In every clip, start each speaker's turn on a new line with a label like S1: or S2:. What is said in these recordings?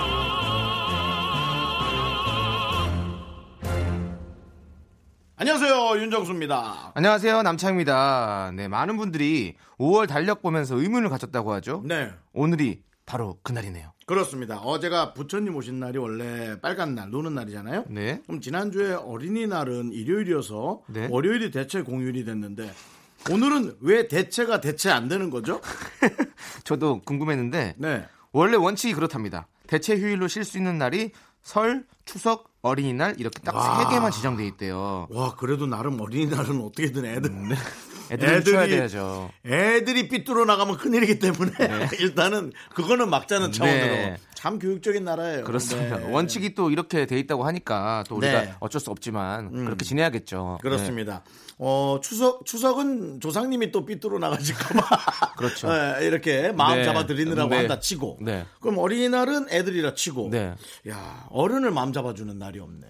S1: 안녕하세요 윤정수입니다
S2: 안녕하세요 남창입니다. 네 많은 분들이 5월 달력 보면서 의문을 가졌다고 하죠.
S1: 네
S2: 오늘이 바로 그날이네요.
S1: 그렇습니다 어제가 부처님 오신 날이 원래 빨간 날 노는 날이잖아요
S2: 네.
S1: 그럼 지난주에 어린이날은 일요일이어서
S2: 네.
S1: 월요일이 대체 공휴일이 됐는데 오늘은 왜 대체가 대체 안 되는 거죠?
S2: 저도 궁금했는데
S1: 네.
S2: 원래 원칙이 그렇답니다. 대체 휴일로 쉴 수 있는 날이 설, 추석, 어린이날 이렇게 딱 세 개만 지정돼 있대요.
S1: 와 그래도 나름 어린이날은 어떻게든 애들
S2: 음, 네. 애들은 쉬어야 돼야죠.
S1: 애들이 삐뚤어 나가면 큰일이기 때문에 일단은 그거는 막자는 차원으로
S2: 네.
S1: 참 교육적인 나라예요.
S2: 그렇습니다.
S1: 네.
S2: 원칙이 또 이렇게 돼 있다고 하니까 또 우리가
S1: 네.
S2: 어쩔 수 없지만 그렇게 지내야겠죠.
S1: 그렇습니다. 어, 추석, 추석은 조상님이 또 삐뚤어 나가실까봐.
S2: 그렇죠.
S1: 예, 이렇게 마음
S2: 네.
S1: 잡아드리느라고
S2: 네.
S1: 한다 치고.
S2: 네.
S1: 그럼 어린이날은 애들이라 치고.
S2: 네.
S1: 야 어른을 마음 잡아주는 날이 없네.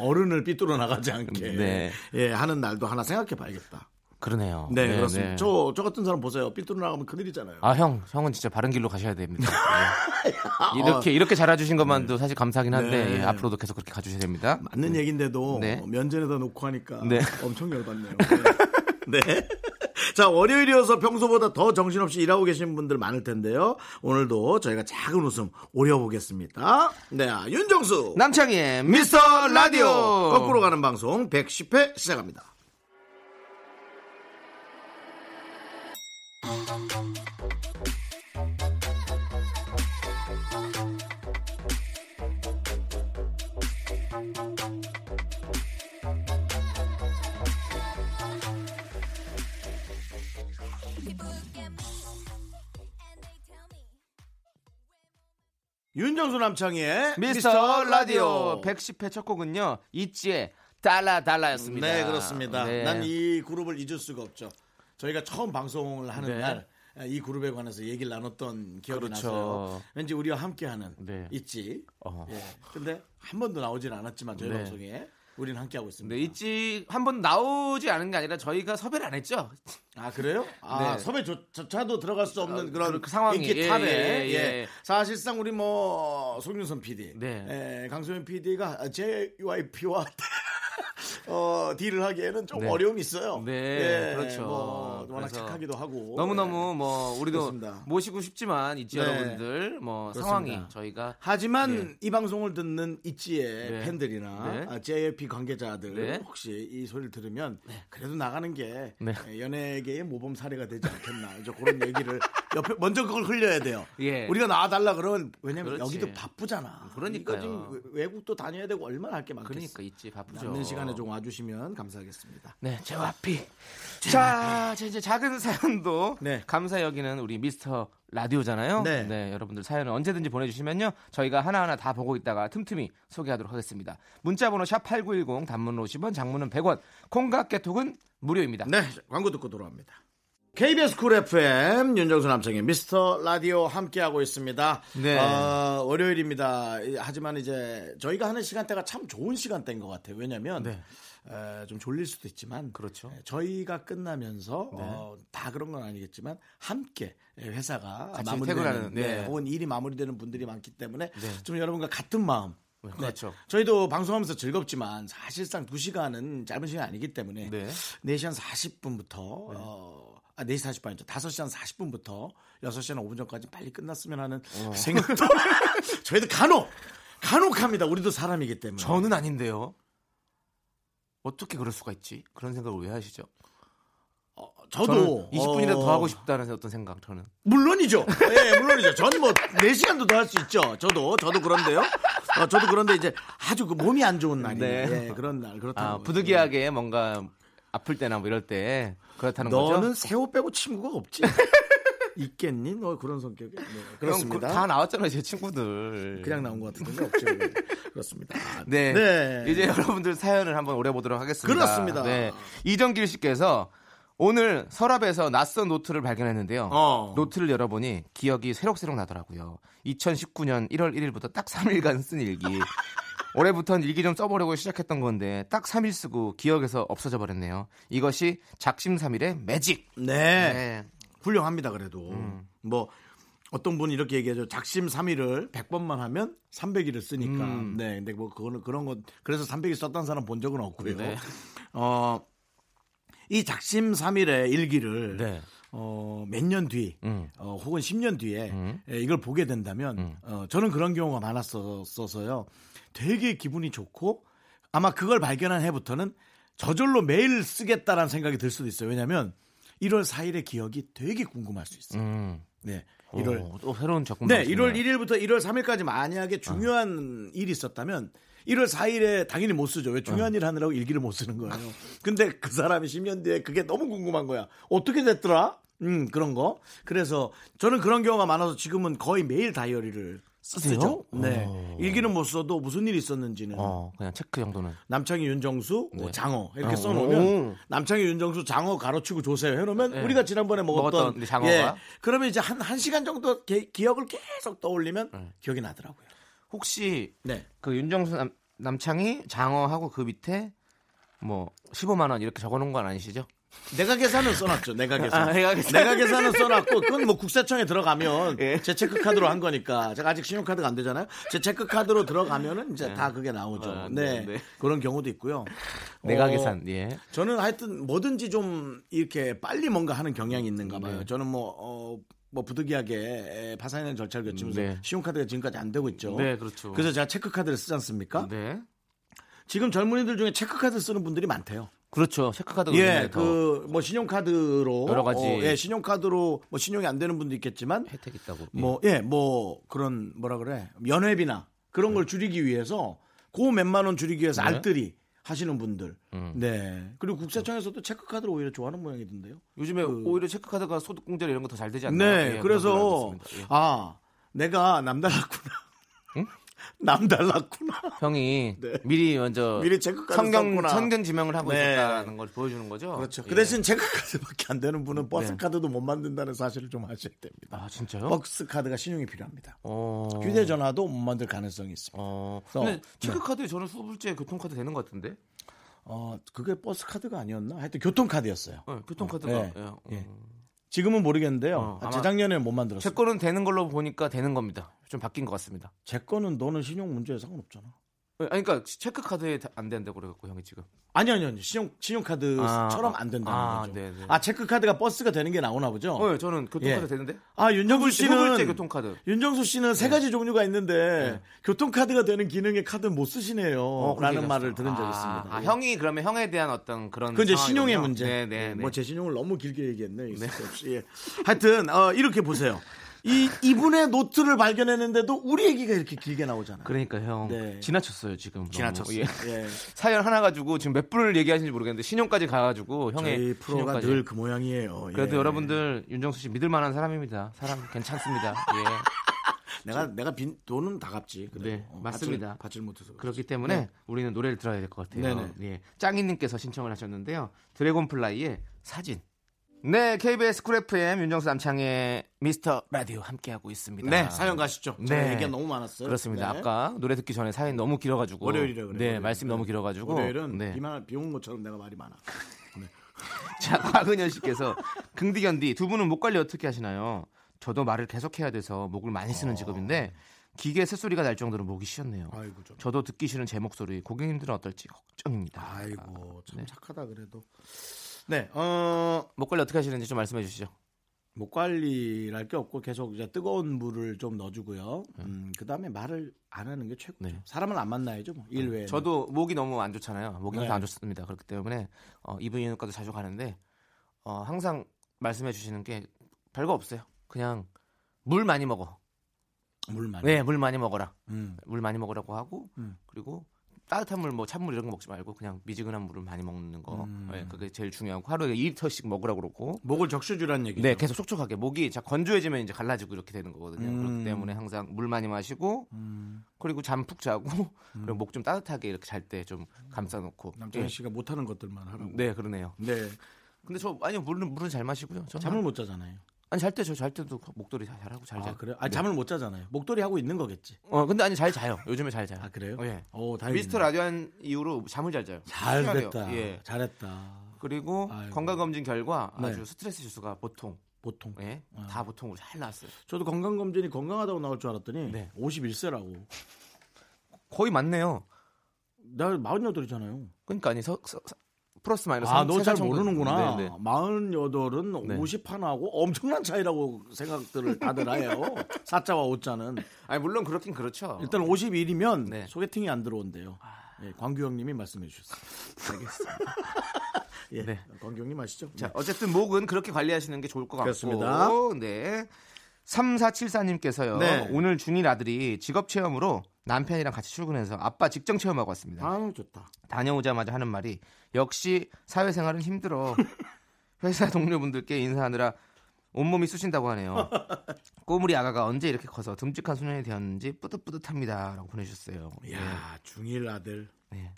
S1: 어른을 삐뚤어 나가지 않게.
S2: 네.
S1: 예, 하는 날도 하나 생각해 봐야겠다.
S2: 그러네요
S1: 네, 그렇습니다. 저, 저 같은 사람 보세요. 삐뚤어 나가면 큰일이잖아요.
S2: 아 형, 형은 진짜 바른 길로 가셔야 됩니다.
S1: 아,
S2: 네. 이렇게 이렇게 자라주신 것만도 사실 감사하긴 한데
S1: 네.
S2: 예, 앞으로도 계속 그렇게 가주셔야 됩니다.
S1: 맞는 얘긴데도 뭐
S2: 네.
S1: 면전에다 놓고 하니까
S2: 네.
S1: 엄청 열받네요. 네. 네. 자, 월요일이어서 평소보다 더 정신없이 일하고 계신 분들 많을 텐데요. 오늘도 저희가 작은 웃음 오려보겠습니다. 네, 아, 윤정수.
S2: 남창희의 미스터 라디오
S1: 거꾸로 가는 방송 110회 시작합니다. 윤정수 남창희의
S2: 미스터 라디오 110회 첫 곡은요 이지의 달라 달라였습니다.
S1: 네, 그렇습니다.
S2: 네.
S1: 난 이 그룹을 잊을 수가 없죠. 저희가 처음 방송을 하는
S2: 네.
S1: 날 이 그룹에 관해서 얘기를 나눴던 기억이
S2: 그렇죠.
S1: 나서요. 왠지 우리와 함께하는
S2: 네.
S1: 있지.
S2: 어.
S1: 예. 근데 한 번도 나오진 않았지만 저희
S2: 네.
S1: 방송에 우리는 함께하고 있습니다.
S2: 네, 있지 한번 나오지 않은 게 아니라 저희가 섭외를 안 했죠.
S1: 아 그래요? 아
S2: 네.
S1: 섭외조차도 들어갈 수 없는
S2: 아,
S1: 그런
S2: 그 상황이.
S1: 인기
S2: 예,
S1: 탑에
S2: 예, 예,
S1: 예.
S2: 예.
S1: 사실상 우리 뭐 송윤선 PD,
S2: 네.
S1: 예, 강소연 PD가 JYP와 어, 딜을 하기에는 좀
S2: 네.
S1: 어려움이 있어요.
S2: 네,
S1: 예,
S2: 그렇죠.
S1: 뭐 워낙
S2: 그래서
S1: 착하기도 하고
S2: 너무
S1: 예.
S2: 너무 뭐 우리도
S1: 그렇습니다.
S2: 모시고 싶지만 있지
S1: 네.
S2: 여러분들 뭐
S1: 그렇습니다.
S2: 상황이 저희가
S1: 하지만
S2: 네.
S1: 이 방송을 듣는 있지의
S2: 네.
S1: 팬들이나
S2: 네.
S1: 아, JYP 관계자들
S2: 네.
S1: 혹시 이 소리를 들으면 그래도 나가는 게
S2: 네.
S1: 연예계의 모범 사례가 되지 않겠나 이제 그런 얘기를 옆에 먼저 그걸 흘려야 돼요.
S2: 예.
S1: 우리가 나와달라 그러면 왜냐면
S2: 그렇지.
S1: 여기도 바쁘잖아.
S2: 그러니까요.
S1: 이거 지금 외- 외국도 다녀야 되고 얼마나 할 게 많겠어.
S2: 그러니까 있지 바쁘죠.
S1: 남는 시간에 좀 와주시면 감사하겠습니다.
S2: 네, 제와피. 자, 자, 이제 작은 사연도
S1: 네.
S2: 감사 여기는 우리 미스터 라디오잖아요.
S1: 네.
S2: 여러분들 사연을 언제든지 보내주시면요, 저희가 하나하나 다 보고 있다가 틈틈이 소개하도록 하겠습니다. 문자번호 샵 #8910 단문은 50원, 장문은 100원, 콩과 깨톡은 무료입니다.
S1: 네, 광고 듣고 돌아옵니다. KBS 쿨 FM 윤정수 남성의 미스터 라디오 함께하고 있습니다.
S2: 네.
S1: 어, 월요일입니다. 이- 하지만 이제 저희가 하는 시간대가 참 좋은 시간대인 것 같아요. 왜냐하면 에, 좀 졸릴 수도 있지만
S2: 네. 그렇죠. 네.
S1: 에, 저희가 끝나면서 어, 다 그런 건 아니겠지만 함께 에, 회사가
S2: 같이
S1: 마무리되는
S2: 퇴근하는, 네.
S1: 네, 혹은 일이 마무리되는 분들이 많기 때문에 좀 여러분과 같은 마음 네,
S2: 그렇죠.
S1: 저희도 방송하면서 즐겁지만 사실상 2시간은 짧은 시간이 아니기 때문에
S2: 네.
S1: 4시 한 40분부터 어, 아, 4시 40분이죠. 5시 한 40분부터 6시 한 5분 전까지 빨리 끝났으면 하는
S2: 어.
S1: 생각도 저희도 간혹 간혹 합니다. 우리도 사람이기 때문에.
S2: 저는 아닌데요. 어떻게 그럴 수가 있지? 그런 생각을 왜 하시죠?
S1: 어, 저도
S2: 저는 20분이라도
S1: 어,
S2: 더 하고 싶다는 어떤 생각 저는.
S1: 물론이죠. 예, 물론이죠. 저는 뭐 4시간도 더 할 수 있죠. 저도 저도 그런데요. 어, 저도 그런데 이제 아주 그 몸이 안 좋은 날이
S2: 네.
S1: 예, 그런 날 그렇다.
S2: 아, 부득이하게
S1: 예.
S2: 뭔가 아플 때나 뭐 이럴 때 그렇다는 거죠?
S1: 너는 새 옷 빼고 친구가 없지. 있겠니? 너 그런 성격이. 네,
S2: 그럼
S1: 그렇습니다.
S2: 다 나왔잖아요, 제 친구들.
S1: 그냥 나온 것 같은데 없죠. 그렇습니다. 아,
S2: 네. 이제 여러분들 사연을 한번 오려보도록 하겠습니다.
S1: 그렇습니다.
S2: 네. 이정길 씨께서 오늘 서랍에서 낯선 노트를 발견했는데요.
S1: 어.
S2: 노트를 열어보니 기억이 새록새록 나더라고요. 2019년 1월 1일부터 딱 3일간 쓴 일기. 올해부터는 일기 좀 써보려고 시작했던 건데 딱 3일 쓰고 기억에서 없어져 버렸네요. 이것이 작심삼일의 매직.
S1: 네.
S2: 네.
S1: 훌륭합니다 그래도 뭐 어떤 분이 이렇게 얘기하죠 작심 삼일을 100번만 하면 300일을 쓰니까 네 근데 뭐 그거는 그런 것 그래서 300일 썼다는 사람 본 적은 없고요
S2: 네.
S1: 어 이 작심 삼일의 일기를
S2: 네.
S1: 어, 몇 년 뒤,
S2: 음.
S1: 어, 혹은 10년 뒤에 예, 이걸 보게 된다면, 어, 저는 그런 경우가 많았었어서요. 되게 기분이 좋고, 아마 그걸 발견한 해부터는 저절로 매일 쓰겠다라는 생각이 들 수도 있어요. 왜냐면, 하 1월 4일의 기억이 되게 궁금할 수 있어요.
S2: 음.
S1: 네.
S2: 오,
S1: 1월.
S2: 또 새로운 작품.
S1: 네,
S2: 나오시네요. 아.
S1: 1월 1일부터 1월 3일까지 만약에 중요한 일이 있었다면 1월 4일에 당연히 못 쓰죠. 왜
S2: 아.
S1: 중요한 일 하느라고 일기를 못 쓰는 거예요. 근데 그 사람이 10년 뒤에 그게 너무 궁금한 거야. 어떻게 됐더라? 음, 그런 거. 그래서 저는 그런 경우가 많아서 지금은 거의 매일 다이어리를 쓰죠.
S2: 쓰세요?
S1: 네.
S2: 어.
S1: 일기는 못 써도 무슨 일이 있었는지는
S2: 어, 그냥 체크 정도는.
S1: 남창희 윤정수 뭐 장어 이렇게
S2: 어,
S1: 써놓으면
S2: 오.
S1: 남창희 윤정수 장어 가로치고 조세요 해놓으면
S2: 네.
S1: 우리가 지난번에 먹었던, 예.
S2: 먹었던 장어가?
S1: 그러면 이제 한, 한 시간 정도 게- 기억을 계속 떠올리면
S2: 네.
S1: 기억이 나더라고요
S2: 혹시
S1: 네
S2: 그 윤정수 남, 남창이 장어하고 그 밑에 뭐 15만 원 이렇게 적어놓은 건 아니시죠?
S1: 내가 계산은 써놨죠 내가 계산
S2: 아, 내가 계산.
S1: 내가 계산은 써놨고 그건 뭐 국세청에 들어가면
S2: 예.
S1: 제 체크카드로 한 거니까 제가 아직 신용카드가 안 되잖아요 제 체크카드로 들어가면은 이제 다 그게 나오죠
S2: 네. 아,
S1: 네,
S2: 네, 네.
S1: 그런 경우도 있고요
S2: 내가
S1: 어,
S2: 계산. 예.
S1: 저는 하여튼 뭐든지 좀 이렇게 빨리 뭔가 하는 경향이 있는가
S2: 네.
S1: 봐요. 저는 뭐, 어, 뭐 부득이하게 파산이라는 절차를 거치면서
S2: 네.
S1: 신용카드가 지금까지 안 되고 있죠.
S2: 네, 그렇죠.
S1: 래서 제가 체크카드를 쓰지 않습니까?
S2: 네.
S1: 지금 젊은이들 중에 체크카드 쓰는 분들이 많대요.
S2: 그렇죠. 체크카드가
S1: 예,
S2: 예, 더
S1: 그 뭐 신용카드로
S2: 여러 가지.
S1: 어, 예, 신용카드로 뭐 신용이 안 되는 분도 있겠지만
S2: 혜택 있다고.
S1: 뭐, 예, 뭐, 그런, 뭐라 그래. 연회비나 그런
S2: 예.
S1: 걸 줄이기 위해서, 고 몇만 원 줄이기 위해서
S2: 네.
S1: 알뜰히 하시는 분들.
S2: 음.
S1: 네. 그리고 국세청에서도 체크카드를 오히려 좋아하는 모양이던데요.
S2: 요즘에 오히려 체크카드가 소득 공제나 이런 거 더 잘 되지 않나요?
S1: 그 네.
S2: 예,
S1: 그래서,
S2: 그런 걸로 알고 있습니다.
S1: 아, 내가 남달랐구나. 남달랐구나.
S2: 예. 형이
S1: 네.
S2: 미리 먼저
S1: 미리 체크카드
S2: 성경
S1: 썼구나.
S2: 천견 지명을 하고
S1: 네.
S2: 있었다는 걸 보여주는 거죠.
S1: 그렇죠. 그
S2: 예.
S1: 대신 체크카드밖에 안 되는 분은
S2: 네.
S1: 버스카드도 못 만든다는 사실을 좀 아셔야 됩니다.
S2: 아 진짜요?
S1: 어, 버스카드가 신용이 필요합니다.
S2: 어.
S1: 휴대전화도 못 만들 가능성이 있습니다.
S2: 어.
S1: 그래서-
S2: 근데 체크카드에 저는 수불제 교통카드 되는 것 같은데.
S1: 어, 그게 버스카드가 아니었나? 하여튼 교통카드였어요.
S2: 예, 교통카드가.
S1: 네.
S2: 예. 어.
S1: 예. 지금은 모르겠는데요.
S2: 어, 아마-
S1: 재작년에 못 만들었어요.
S2: 제 거는 되는 걸로 보니까 되는 겁니다. 좀 바뀐 것 같습니다.
S1: 제 거는 너는 신용 문제에 상관없잖아.
S2: 아니, 그러니까 체크카드에 다- 안 된다고 그래갖고 형이 지금.
S1: 아니 아니 아니 신용 신용카드처럼
S2: 아,
S1: 안 된다는
S2: 아,
S1: 거죠.
S2: 네네.
S1: 아 체크카드가 버스가 되는 게 나오나 보죠.
S2: 어, 예, 저는 교통카드
S1: 예.
S2: 되는데.
S1: 아 윤정수
S2: 후불제
S1: 씨는 네.
S2: 교통카드.
S1: 윤정수 씨는 세 가지 종류가 있는데 교통카드가 되는 기능의 카드 못 쓰시네요.
S2: 어, 그렇게
S1: 라는
S2: 얘기하셨어요.
S1: 말을 들은 적이
S2: 아,
S1: 있습니다. 예.
S2: 아, 형이 그러면 형에 대한 어떤 그런.
S1: 그 이제
S2: 상황이군요.
S1: 신용의 문제.
S2: 네, 네, 네.
S1: 뭐제 신용을 너무 길게 얘기했네. 있을 수 없이. 예. 하여튼 어, 이렇게 보세요. 이 이분의 노트를 발견했는데도 우리 얘기가 이렇게 길게 나오잖아요.
S2: 그러니까 형
S1: 네.
S2: 지나쳤어요 지금. 너무.
S1: 지나쳤어요.
S2: 예.
S1: 예.
S2: 사연 하나 가지고 지금 몇 분을 얘기하시는지 모르겠는데 신용까지 가가지고 형의
S1: 저희 프로가
S2: 신용까지.
S1: 늘 그 모양이에요. 예.
S2: 그래도 여러분들 윤정수 씨 믿을 만한 사람입니다. 사람 괜찮습니다. 예.
S1: 내가 내가 빈 돈은 다 갚지. 그래도.
S2: 네,
S1: 어,
S2: 맞습니다.
S1: 받질, 받질 못해서. 네. 그렇
S2: 그렇기 때문에 우리는 노래를 들어야 될 것 같아요.
S1: 그렇죠. 네네.
S2: 예. 짱이님께서 신청을 하셨는데요. 드래곤플라이의 사진. 네, KBS 쿨 FM 윤정수 남창의 미스터 라디오 함께하고 있습니다.
S1: 네, 사연 가시죠. 제가
S2: 네.
S1: 얘기가 너무 많았어요.
S2: 그렇습니다.
S1: 네.
S2: 아까 노래 듣기 전에 사연 너무 길어가지고
S1: 월요일이라 그래요.
S2: 네,
S1: 월요일.
S2: 말씀 너무 길어가지고
S1: 월요일은
S2: 네.
S1: 비만 비온 것처럼 내가 말이 많아.
S2: 자, 곽은현 씨께서 긍디견디 두 분은 목 관리 어떻게 하시나요? 저도 말을 계속해야 돼서 목을 많이 쓰는 직업인데 기계 새소리가 날 정도로 목이 쉬었네요.
S1: 아. 아이고 좀.
S2: 저도 듣기 싫은 제 목소리 고객님들은 어떨지 걱정입니다.
S1: 아이고 참 착하다 그래도. 네, 어,
S2: 목 관리 어떻게 하시는지 좀 말씀해 주시죠.
S1: 목 관리할 게 없고 계속 이제 뜨거운 물을 좀 넣어주고요. 음, 그 다음에 말을 안 하는 게 최고죠.
S2: 네. 음,
S1: 사람은 안 만나야죠. 뭐, 일 외에.
S2: 저도 목이 너무 안 좋잖아요. 목이 항상
S1: 네.
S2: 안 좋습니다. 그렇기 때문에 어, 이비인후과도 자주 가는데 어, 항상 말씀해 주시는 게 별거 없어요. 그냥 물 많이 먹어.
S1: 물 많이.
S2: 네, 물 많이 먹어라.
S1: 음.
S2: 물 많이 먹으라고 하고
S1: 음.
S2: 그리고 따뜻한 물, 뭐 찬물 이런 거 먹지 말고 그냥 미지근한 물을 많이 먹는 거.
S1: 음.
S2: 예, 그게 제일 중요하고 하루에 2리터씩 먹으라고 그러고.
S1: 목을 적셔주라는 얘기죠.
S2: 네, 계속 촉촉하게 목이 자 건조해지면 이제 갈라지고 이렇게 되는 거거든요.
S1: 음.
S2: 그렇기 때문에 항상 물 많이 마시고 그리고 잠 푹 자고 그리고 목 좀 따뜻하게 이렇게 잘 때 좀 감싸놓고.
S1: 음. 남창희
S2: 예.
S1: 씨가 못하는 것들만 하라고.
S2: 네, 그러네요.
S1: 네.
S2: 근데 저 아니요 물은 물은 잘 마시고요. 저는
S1: 잠을 못 자잖아요.
S2: 아니 잘 때 저 잘 때도 그 목도리 잘- 잘하고 잘 자.
S1: 아, 그래? 아, 잠을 못 자잖아요. 목도리 하고 있는 거겠지.
S2: 어 근데 아니 잘 자요. 요즘에 잘 자요.
S1: 아, 그래요?
S2: 어, 예.
S1: 오, 다행이네.
S2: 미스터 라디오 한 이후로 잠을 잘 자요.
S1: 잘
S2: 희한해요.
S1: 됐다.
S2: 예.
S1: 잘했다.
S2: 그리고
S1: 아이고.
S2: 건강 검진 결과
S1: 네. 아.
S2: 아주 스트레스 지수가 보통
S1: 보통.
S2: 예. 다 보통으로 잘 나왔어요.
S1: 저도 건강검진이 건강하다고 나올 줄 알았더니
S2: 네.
S1: 51세라고.
S2: 거의 맞네요.
S1: 나 48이잖아요.
S2: 그러니까 아니 서, 서- 서- 플러스 마이너스
S1: 아,
S2: 한-
S1: 너
S2: 세
S1: 잘
S2: 살 정도.
S1: 모르는구나.
S2: 네, 네.
S1: 48은
S2: 네.
S1: 51하고 엄청난 차이라고 생각들을 다들 해요. 4자와 5자는.
S2: 아니 물론 그렇긴 그렇죠.
S1: 일단 51이면
S2: 네.
S1: 소개팅이 안 들어온대요. 예, 광규 형님이 말씀해 주셨어요. 알겠습니다. 예,
S2: 네.
S1: 광규 형님 아시죠?
S2: 자, 어쨌든 목은 그렇게 관리하시는 게 좋을 것 같고.
S1: 그렇습니다.
S2: 네. 3474님께서요.
S1: 네.
S2: 오늘 중1 아들이 직업 체험으로 남편이랑 같이 출근해서 아빠 직장 체험하고 왔습니다.
S1: 아, 좋다.
S2: 다녀오자마자 하는 말이 역시 사회생활은 힘들어. 회사 동료분들께 인사하느라 온몸이 쑤신다고 하네요. 꼬물이 아가가 언제 이렇게 커서 듬직한 소년이 되었는지 뿌듯뿌듯합니다. 라고 보내주셨어요.
S1: 야, 중1 아들.
S2: 네. 네.
S1: 예.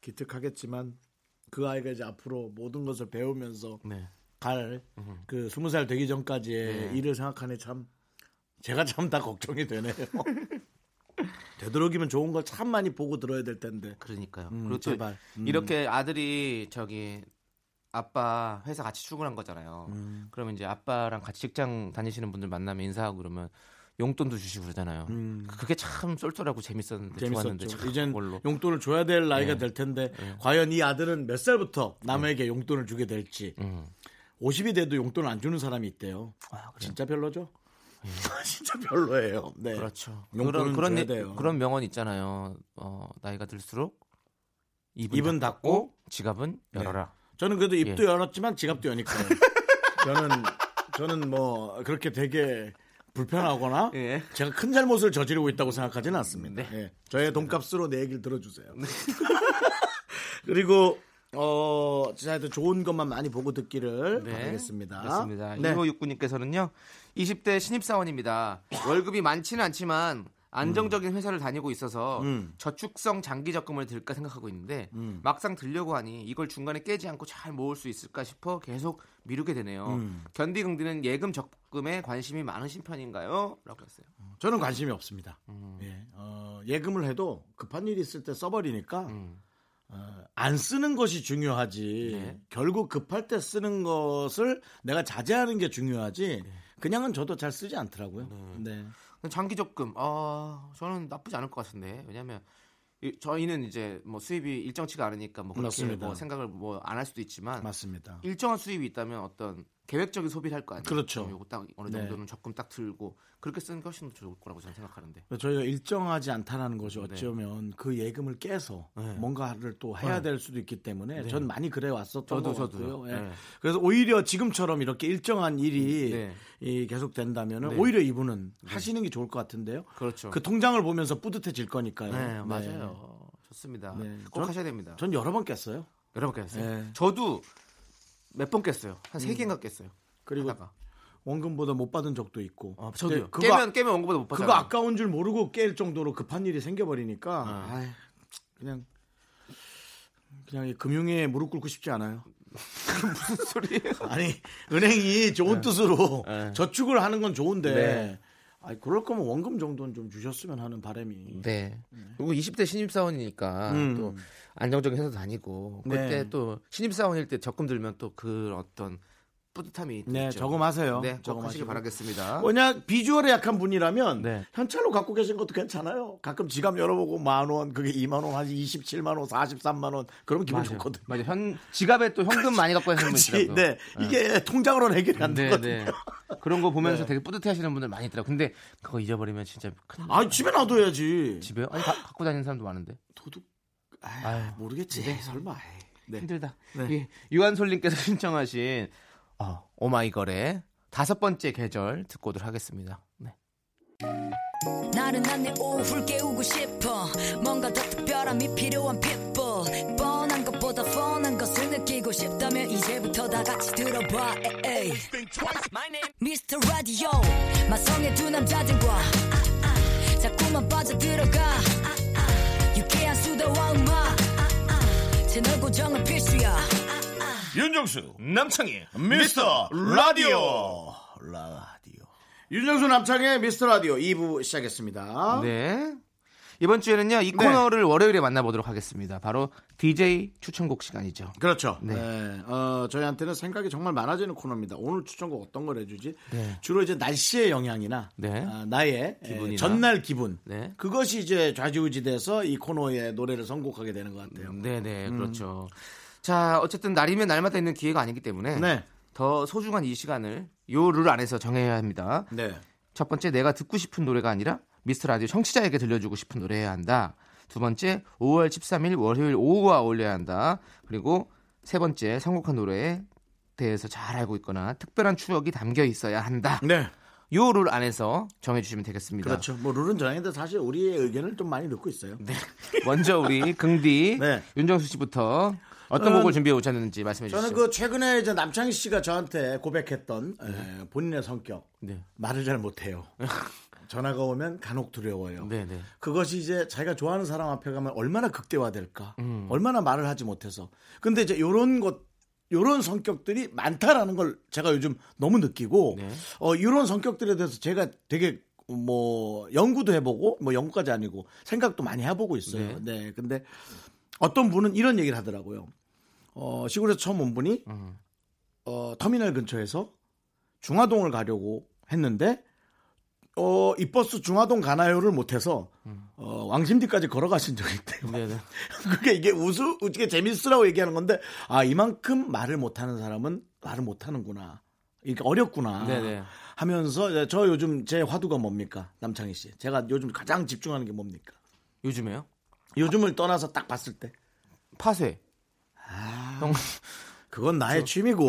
S1: 기특하겠지만 그 아이가 이제 앞으로 모든 것을 배우면서
S2: 네.
S1: 갈 그 스무 살 되기 전까지의 일을 생각하니 참 제가 참 다 걱정이 되네요. 되도록이면 좋은 걸 참 많이 보고 들어야 될 텐데.
S2: 그러니까요.
S1: 음,
S2: 그리고 또
S1: 제발. 음.
S2: 이렇게 아들이 저기 아빠 회사 같이 출근한 거잖아요.
S1: 음.
S2: 그러면 이제 아빠랑 같이 직장 다니시는 분들 만나면 인사하고 그러면 용돈도 주시고 그러잖아요. 그게 참 쏠쏠하고 재밌었는데 음, 좋았는데
S1: 음. 재밌었죠.
S2: 참
S1: 이젠
S2: 그걸로.
S1: 용돈을 줘야 될 나이가
S2: 네.
S1: 될 텐데 과연 이 아들은 몇 살부터 남에게 용돈을 주게 될지.
S2: 음.
S1: 50이 돼도 용돈을 안 주는 사람이 있대요.
S2: 아, 그래요? 예.
S1: 진짜 별로죠? 진짜 별로예요. 네.
S2: 그렇죠.
S1: 용돈은
S2: 그런 그런
S1: 줘야
S2: 예-
S1: 돼요.
S2: 그런 명언 있잖아요. 어, 나이가 들수록 입은,
S1: 입은
S2: 닫고,
S1: 닫고 네.
S2: 지갑은 열어라.
S1: 저는 그래도 입도
S2: 예.
S1: 열었지만 지갑도 여니까요. 저는 저는 뭐 그렇게 되게 불편하거나
S2: 예. 네.
S1: 제가 큰 잘못을 저지르고 있다고 생각하지는 않습니다. 예. 저의 돈값으로 내 얘기를 들어주세요. 그리고 어, 진짜 하여튼 좋은 것만 많이 보고 듣기를 바라겠습니다.
S2: 네. 그렇습니다.
S1: 네.
S2: 1호 육군님께서는요, 20대 신입사원입니다. 월급이 많지는 않지만 안정적인 회사를 다니고 있어서
S1: 음.
S2: 저축성 장기 적금을 들까 생각하고 있는데 막상 들려고 하니 이걸 중간에 깨지 않고 잘 모을 수 있을까 싶어 계속 미루게 되네요.
S1: 음.
S2: 견디긍디는 예금 적금에 관심이 많으신 편인가요? 라고 했어요.
S1: 저는 관심이 없습니다.
S2: 음.
S1: 예. 어, 예금을 해도 급한 일이 있을 때 써버리니까
S2: 음.
S1: 어, 안 쓰는 것이 중요하지.
S2: 네.
S1: 결국 급할 때 쓰는 것을 내가 자제하는 게 중요하지.
S2: 네.
S1: 그냥은 저도 잘 쓰지 않더라고요. 네.
S2: 근데 음. 장기 적금, 아 저는 나쁘지 않을 것 같은데 왜냐하면 이- 저희는 이제 뭐 수입이 일정치가 않으니까 뭐 그렇게
S1: 맞습니다.
S2: 뭐 생각을 뭐 안 할 수도 있지만
S1: 맞습니다.
S2: 일정한 수입이 있다면 어떤 계획적인 소비를 할 거 아니에요.
S1: 그렇죠.
S2: 그럼 요거 딱 어느
S1: 네.
S2: 정도는 적금 딱 들고 그렇게 쓰는 게 훨씬 더 좋을 거라고 저는 생각하는데.
S1: 저희가 일정하지 않다라는
S2: 네.
S1: 것이 어쩌면 그 예금을 깨서 뭔가를 또 해야 될 수도 있기 때문에 전 많이 그래 왔었던
S2: 네. 저도,
S1: 것
S2: 저도요.
S1: 같고요. 예.
S2: 네.
S1: 그래서 오히려 지금처럼 이렇게 일정한 일이
S2: 네.
S1: 계속 된다면 오히려 이분은 하시는 게 좋을 것 같은데요.
S2: 그렇죠.
S1: 그 통장을 보면서 뿌듯해질 거니까요.
S2: 네,
S1: 네.
S2: 맞아요. 좋습니다.
S1: 네.
S2: 꼭
S1: 전-
S2: 하셔야 됩니다.
S1: 전 여러 번 깼어요.
S2: 여러 번 깼어요.
S1: 네. 음.
S2: 저도 몇 번 깼어요. 한 세 개인가 깼어요.
S1: 그리고
S2: 하다가.
S1: 원금보다 못 받은 적도 있고.
S2: 아,
S1: 근데
S2: 저도요.
S1: 그거,
S2: 깨면 깨면 원고보다 못 받아요.
S1: 그거 아까운 줄 모르고 깰 정도로 급한 일이 생겨버리니까 아이, 그냥 그냥 이 금융에 무릎 꿇고 싶지 않아요.
S2: 무슨 소리예요?
S1: 아니 은행이 좋은 뜻으로 저축을 하는 건 좋은데
S2: 네.
S1: 아니, 그럴 거면 원금 정도는 좀 주셨으면 하는 바람이.
S2: 네. 그리고 20대 신입사원이니까
S1: 음.
S2: 또 안정적인 회사 다니고 그때
S1: 네.
S2: 또 신입사원일 때 적금 들면 또 그 어떤 뿌듯함이
S1: 네,
S2: 있죠.
S1: 저금하세요.
S2: 네, 꼭 하시길
S1: 저금하시고.
S2: 바라겠습니다.
S1: 만약 비주얼에 약한 분이라면
S2: 어? 네.
S1: 현찰로 갖고 계신 것도 괜찮아요. 가끔 지갑 열어보고 만 원, 그게 2만 원, 한 27만 원, 43만 원 그러면 기분 좋거든.
S2: 맞아. 현 지갑에 또 현금 많이 갖고 계시는 분이
S1: 그렇지.
S2: 있더라고요.
S1: 네. 이게 통장으로는 해결이 안
S2: 네,
S1: 되거든요. 네.
S2: 네. 그런 거 보면서 되게 뿌듯해 하시는 분들 많이 있더라고요. 근데 그거 잊어버리면 진짜 큰일 나요.
S1: 아, 집에 놔둬야지.
S2: 집에 아니 가- 갖고 다니는 사람도 많은데.
S1: 도둑.
S2: 아유,
S1: 아, 모르겠지. 설마. 에이. 네.
S2: 힘들다.
S1: 네.
S2: 예. 유한솔님께서 신청하신 어, 오마이걸의 다섯 번째 계절 듣고들 하겠습니다. 네.
S3: 나른한 내 오후를 깨우고 싶어 뭔가 더 특별함이 필요한 people 뻔한 것보다 뻔한 것을 느끼고 싶다면 이제부터 다 같이 들어봐 에이. Mr. Radio 마성의 두 남자들과 자꾸만 빠져들어가 유쾌한 수다와 음악 채널 고정은 필수야
S4: 윤정수 남창희
S1: 미스터 라디오 라디오 윤정수 남창의 미스터 라디오 2부 시작했습니다.
S2: 네. 이번 주에는요,
S1: 네.
S2: 이 코너를 월요일에 만나보도록 하겠습니다. 바로 DJ 추천곡 시간이죠.
S1: 그렇죠.
S2: 네.
S1: 네. 어, 저희한테는 생각이 정말 많아지는 코너입니다. 오늘 추천곡 어떤 걸 해주지? 주로 이제 날씨의 영향이나
S2: 네.
S1: 아, 나의
S2: 기분이나.
S1: 에, 전날 기분
S2: 네.
S1: 그것이 이제 좌지우지돼서 이 코너의 노래를 선곡하게 되는 것 같아요.
S2: 음. 네네,
S1: 음.
S2: 그렇죠. 자, 어쨌든 날이면 날마다 있는 기회가 아니기 때문에
S1: 네.
S2: 더 소중한 이 시간을 요 룰 안에서 정해야 합니다.
S1: 네.
S2: 첫 번째, 내가 듣고 싶은 노래가 아니라 미스터 라디오 청취자에게 들려주고 싶은 노래여야 한다. 두 번째, 5월 13일 월요일 오후와 어울려야 한다. 그리고 세 번째, 선곡한 노래에 대해서 잘 알고 있거나 특별한 추억이 담겨 있어야 한다.
S1: 네.
S2: 요 룰 안에서 정해주시면 되겠습니다.
S1: 그렇죠. 뭐 룰은 정했는데 사실 우리의 의견을 좀 많이 넣고 있어요.
S2: 네. 먼저 우리 긍디
S1: 네.
S2: 윤정수 씨부터 어떤
S1: 저는-
S2: 곡을 준비해 오셨는지 말씀해 주시죠.
S1: 저는 그 최근에 이제 남창희 씨가 저한테 고백했던 에, 본인의 성격
S2: 네.
S1: 말을 잘 못해요. 전화가 오면 간혹 두려워요.
S2: 네네.
S1: 그것이 이제 자기가 좋아하는 사람 앞에 가면 얼마나 극대화될까,
S2: 음.
S1: 얼마나 말을 하지 못해서. 근데 이제 요런 것, 요런 성격들이 많다라는 걸 제가 요즘 너무 느끼고,
S2: 네.
S1: 어, 요런 성격들에 대해서 제가 되게 뭐 연구도 해보고, 뭐 연구까지 아니고 생각도 많이 해보고 있어요. 네. 근데 어떤 분은 이런 얘기를 하더라고요. 어, 시골에서 처음 온 분이 어, 터미널 근처에서 중화동을 가려고 했는데 어, 이 버스 중화동 가나요를 못해서 어, 왕심리까지 걸어가신 적이 있대요.
S2: 네네.
S1: 그게 이게 우스 이게 재밌으라고 얘기하는 건데 아 이만큼 말을 못하는 사람은 말을 못하는구나. 이게 어렵구나
S2: 네네.
S1: 하면서 이제 저 요즘 제 화두가 뭡니까 남창희 씨 제가 요즘 가장 집중하는 게 뭡니까
S2: 요즘에요?
S1: 요즘을 떠나서 딱 봤을 때
S2: 파쇄. 형-
S1: 그건 나의 취미고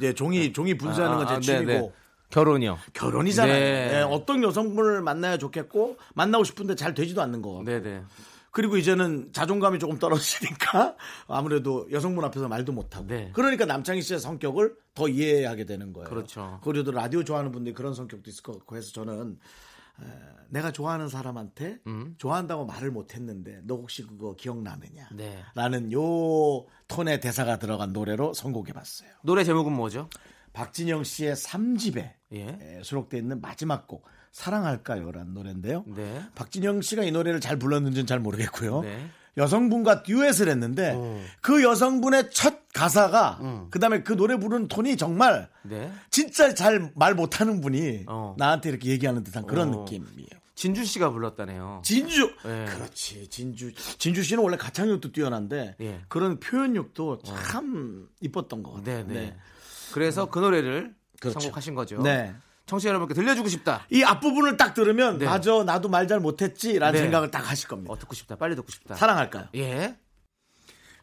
S1: 이제 종이 종이 분쇄하는 건 제
S2: 아, 아,
S1: 취미고
S2: 네네. 결혼이요.
S1: 결혼이잖아요.
S2: 네.
S1: 예, 어떤 여성분을 만나야 좋겠고 만나고 싶은데 잘 되지도 않는 거.
S2: 네네.
S1: 그리고 이제는 자존감이 조금 떨어지니까 아무래도 여성분 앞에서 말도 못하고.
S2: 네.
S1: 그러니까 남창희 씨의 성격을 더 이해하게 되는 거예요.
S2: 그렇죠.
S1: 그리고 또 라디오 좋아하는 분들이 그런 성격도 있을 것 같고 해서 저는 에, 내가 좋아하는 사람한테
S2: 음.
S1: 좋아한다고 말을 못했는데 너 혹시 그거 기억나느냐?
S2: 네.
S1: 라는 요 톤의 대사가 들어간 노래로 선곡해봤어요.
S2: 노래 제목은 뭐죠?
S1: 박진영 씨의 3집에
S2: 예.
S1: 수록되어 있는 마지막 곡 사랑할까요라는 노래인데요.
S2: 네.
S1: 박진영 씨가 이 노래를 잘 불렀는지는 잘 모르겠고요.
S2: 네.
S1: 여성분과 듀엣을 했는데 그 여성분의 첫 가사가 그다음에 그 노래 부르는 톤이 정말
S2: 네.
S1: 진짜 잘 말 못하는 분이
S2: 어.
S1: 나한테 이렇게 얘기하는 듯한 그런
S2: 어.
S1: 느낌이에요.
S2: 진주 씨가 불렀다네요.
S1: 진주
S2: 네.
S1: 그렇지 진주 진주 씨는 원래 가창력도 뛰어난데
S2: 예. 어.
S1: 그런 표현력도 참 이뻤던 것 같아요.
S2: 네네. 그래서 그 노래를
S1: 그렇죠.
S2: 선곡하신 거죠.
S1: 네.
S2: 청취자 여러분께 들려주고 싶다.
S1: 이 앞부분을 딱 들으면
S2: 네.
S1: 맞아 나도 말 잘 못했지라는
S2: 네.
S1: 생각을 딱 하실 겁니다.
S2: 어, 듣고 싶다. 빨리 듣고 싶다.
S1: 사랑할까요?
S2: 예.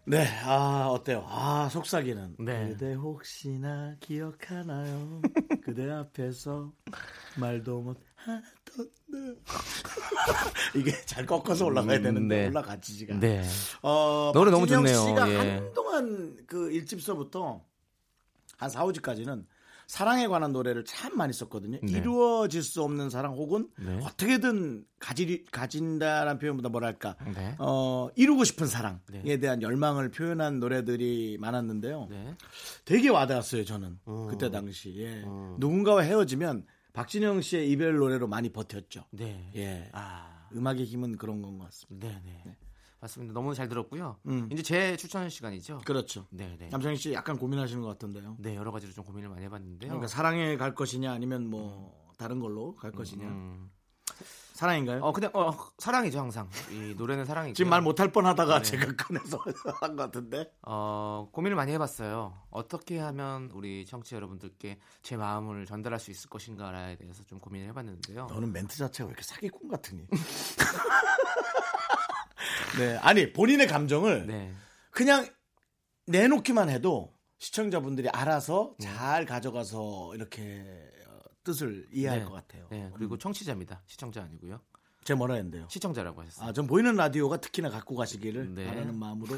S1: 네, 아 어때요? 아 속삭이는
S2: 네.
S1: 그대 혹시나 기억하나요? 그대 앞에서 말도 못하던데 네. 이게 잘 꺾어서 올라가야
S2: 음,
S1: 되는데
S2: 네.
S1: 올라가지지가.
S2: 네.
S1: 어,
S2: 노래 너무
S1: 박진영
S2: 좋네요.
S1: 씨가
S2: 예.
S1: 한동안 그 1집서부터 한 4, 5집까지는 사랑에 관한 노래를 참 많이 썼거든요.
S2: 네.
S1: 이루어질 수 없는 사랑 혹은
S2: 네.
S1: 어떻게든 가지, 가진다라는 표현보다 뭐랄까.
S2: 네.
S1: 어, 이루고 싶은 사랑에
S2: 네.
S1: 대한 열망을 표현한 노래들이 많았는데요.
S2: 네.
S1: 되게 와닿았어요, 저는. 그때 당시. 예.
S2: 어.
S1: 누군가와 헤어지면 박진영 씨의 이별 노래로 많이 버텼죠.
S2: 네.
S1: 예.
S2: 아.
S1: 음악의 힘은 그런 건 것 같습니다.
S2: 네네. 맞습니다. 너무 잘 들었고요.
S1: 음.
S2: 이제 제 추천 시간이죠.
S1: 그렇죠.
S2: 네네.
S1: 남창희 씨 약간 고민하시는 것 같던데요.
S2: 네, 여러 가지로 좀 고민을 많이 해봤는데요.
S1: 그러니까 사랑에 갈 것이냐 아니면 뭐 다른 걸로 갈 것이냐. 사랑인가요?
S2: 음. 어, 그냥 어, 사랑이죠, 항상. 이 노래는 사랑이죠.
S1: 지금 말 못할 뻔하다가
S2: 네.
S1: 제가 꺼내서 한 것 같은데.
S2: 어, 고민을 많이 해봤어요. 어떻게 하면 우리 청취자 여러분들께 제 마음을 전달할 수 있을 것인가에 대해서 좀 고민을 해봤는데요.
S1: 너는 멘트 자체가 왜 이렇게 사기꾼 같으니? 네, 아니 본인의 감정을
S2: 네.
S1: 그냥
S2: 음.
S1: 내놓기만 해도 시청자분들이 알아서 잘 가져가서 이렇게 어, 뜻을 이해할
S2: 네.
S1: 것 같아요. 음.
S2: 네, 그리고 청취자입니다. 시청자 아니고요.
S1: 제 뭐라 했는데요.
S2: 시청자라고 하셨어요.
S1: 아, 전 보이는 라디오가 특히나 갖고 가시기를
S2: 네.
S1: 바라는 마음으로.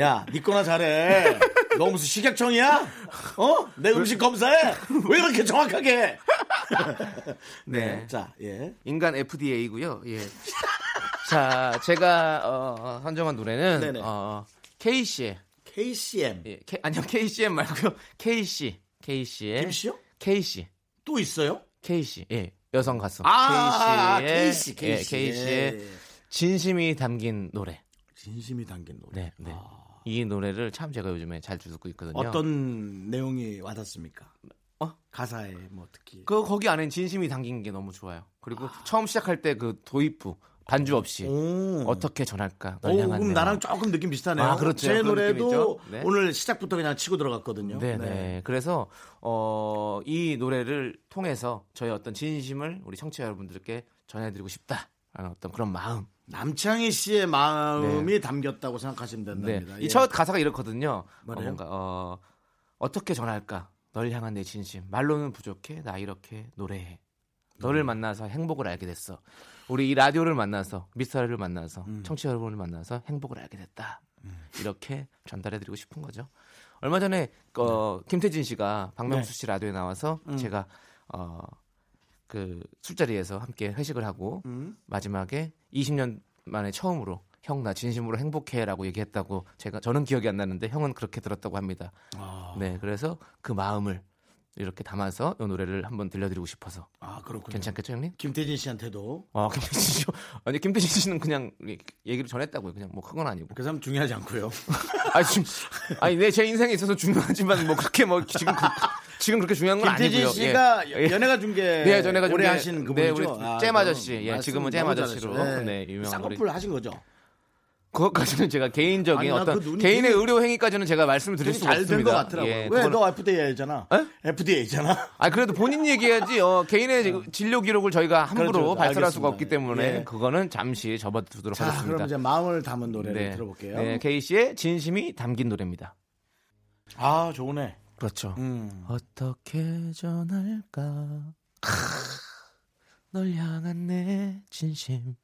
S1: 야, 니 거나 잘해. 너 무슨 식약청이야? 어? 내 음식 검사해? 왜 이렇게 정확하게 해?
S2: 네.
S1: 자, 예.
S2: 인간 FDA고요. 예. 자, 제가 어, 선정한 노래는
S1: 네네.
S2: 어, K 씨의
S1: KCM.
S2: 예, K, 아니요 K 씨의 말고요 K 씨 K 씨의
S1: 김 씨요?
S2: K 씨
S1: 또 있어요?
S2: K 씨 예, 여성 가수
S1: 아,
S2: K
S1: 씨, 예.
S2: 씨의 예,
S1: K 씨.
S2: K 씨의 진심이 담긴 노래.
S1: 진심이 담긴 노래. 아,
S2: 네, 네. 이 노래를 참 제가 요즘에 잘 듣고 있거든요.
S1: 어떤 내용이 와닿습니까?
S2: 어?
S1: 가사에 뭐 특히.
S2: 그 거기 안에 진심이 담긴 게 너무 좋아요. 그리고 처음 시작할 때 그 도입부 반주 없이
S1: 오.
S2: 어떻게 전할까? 널
S1: 오,
S2: 향한
S1: 그럼
S2: 내
S1: 나랑
S2: 마음.
S1: 조금 느낌 비슷하네요.
S2: 아, 그렇죠.
S1: 제
S2: 그런
S1: 노래도
S2: 느낌이죠. 네.
S1: 오늘 시작부터 그냥 치고 들어갔거든요.
S2: 네, 네. 그래서 어, 이 노래를 통해서 저의 어떤 진심을 우리 청취자 여러분들께 전해드리고 싶다라는 어떤 그런 마음.
S1: 남창희 씨의 마음이 담겼다고 생각하시면
S2: 네.
S1: 된답니다. 예.
S2: 이 첫 가사가 이렇거든요. 어,
S1: 뭐래요?
S2: 뭔가 어, 어떻게 전할까? 널 향한 내 진심. 말로는 부족해. 나 이렇게 노래해. 너를
S1: 네.
S2: 만나서 행복을 알게 됐어. 우리 이 라디오를 만나서 미스터를 만나서
S1: 음.
S2: 청취자 여러분을 만나서 행복을 알게 됐다. 이렇게 전달해드리고 싶은 거죠. 얼마 전에 어,
S1: 네.
S2: 김태진 씨가 박명수 씨 라디오에 나와서
S1: 음.
S2: 제가 어, 그 술자리에서 함께 회식을 하고
S1: 음.
S2: 마지막에 20년 만에 처음으로 형 나 진심으로 행복해라고 얘기했다고 제가 저는 기억이 안 나는데 형은 그렇게 들었다고 합니다.
S1: 아.
S2: 네, 그래서 그 마음을 이렇게 담아서 이 노래를 한번 들려드리고 싶어서
S1: 아 그렇군요.
S2: 괜찮겠죠 형님?
S1: 김태진 씨한테도
S2: 아 김태진 씨 아니 김태진 씨는 그냥 얘기를 전했다고요. 그냥 뭐 그건 아니고.
S1: 그 사람 중요하지 않고요.
S2: 아니 지금 아니 내 제 인생에 있어서 중요하지만 뭐 그렇게 뭐 지금 그, 지금 그렇게 중요한 건
S1: 김태진
S2: 아니고요. 예.
S1: 씨가
S2: 예.
S1: 연예가 중계
S2: 네, 전해가
S1: 오래
S2: 중계-
S1: 하신
S2: 네,
S1: 그분이죠.
S2: 우리
S1: 아,
S2: 잼
S1: 그럼
S2: 아저씨. 예, 지금은 잼
S1: 말씀
S2: 아저씨로.
S1: 너무 잘하시죠.
S2: 네, 유명한
S1: 쌍꺼풀 하신 거죠.
S2: 그것까지는 제가 개인적인
S1: 아니, 나그
S2: 어떤
S1: 눈이
S2: 개인의
S1: 되게-
S2: 의료 행위까지는 제가 말씀을 드릴 수가
S1: 잘된 것
S2: 없습니다.
S1: 같더라고요.
S2: 예,
S1: 왜
S2: 그거는-
S1: 너 FDA잖아. FDA잖아.
S2: 아 그래도 본인 얘기해야지. 어, 개인의 지금 진료 기록을 저희가 함부로
S1: 그렇죠.
S2: 발설할
S1: 알겠습니다.
S2: 수가 없기 때문에
S1: 예.
S2: 그거는 잠시 접어두도록
S1: 자, 아, 그럼
S2: 하겠습니다.
S1: 이제 마음을 담은 노래를 들어볼게요.
S2: 네, 케이 씨의 진심이 담긴 노래입니다.
S1: 아, 좋네.
S2: 그렇죠.
S1: 음.
S2: 어떻게 전할까? 크, 널 향한 내 진심.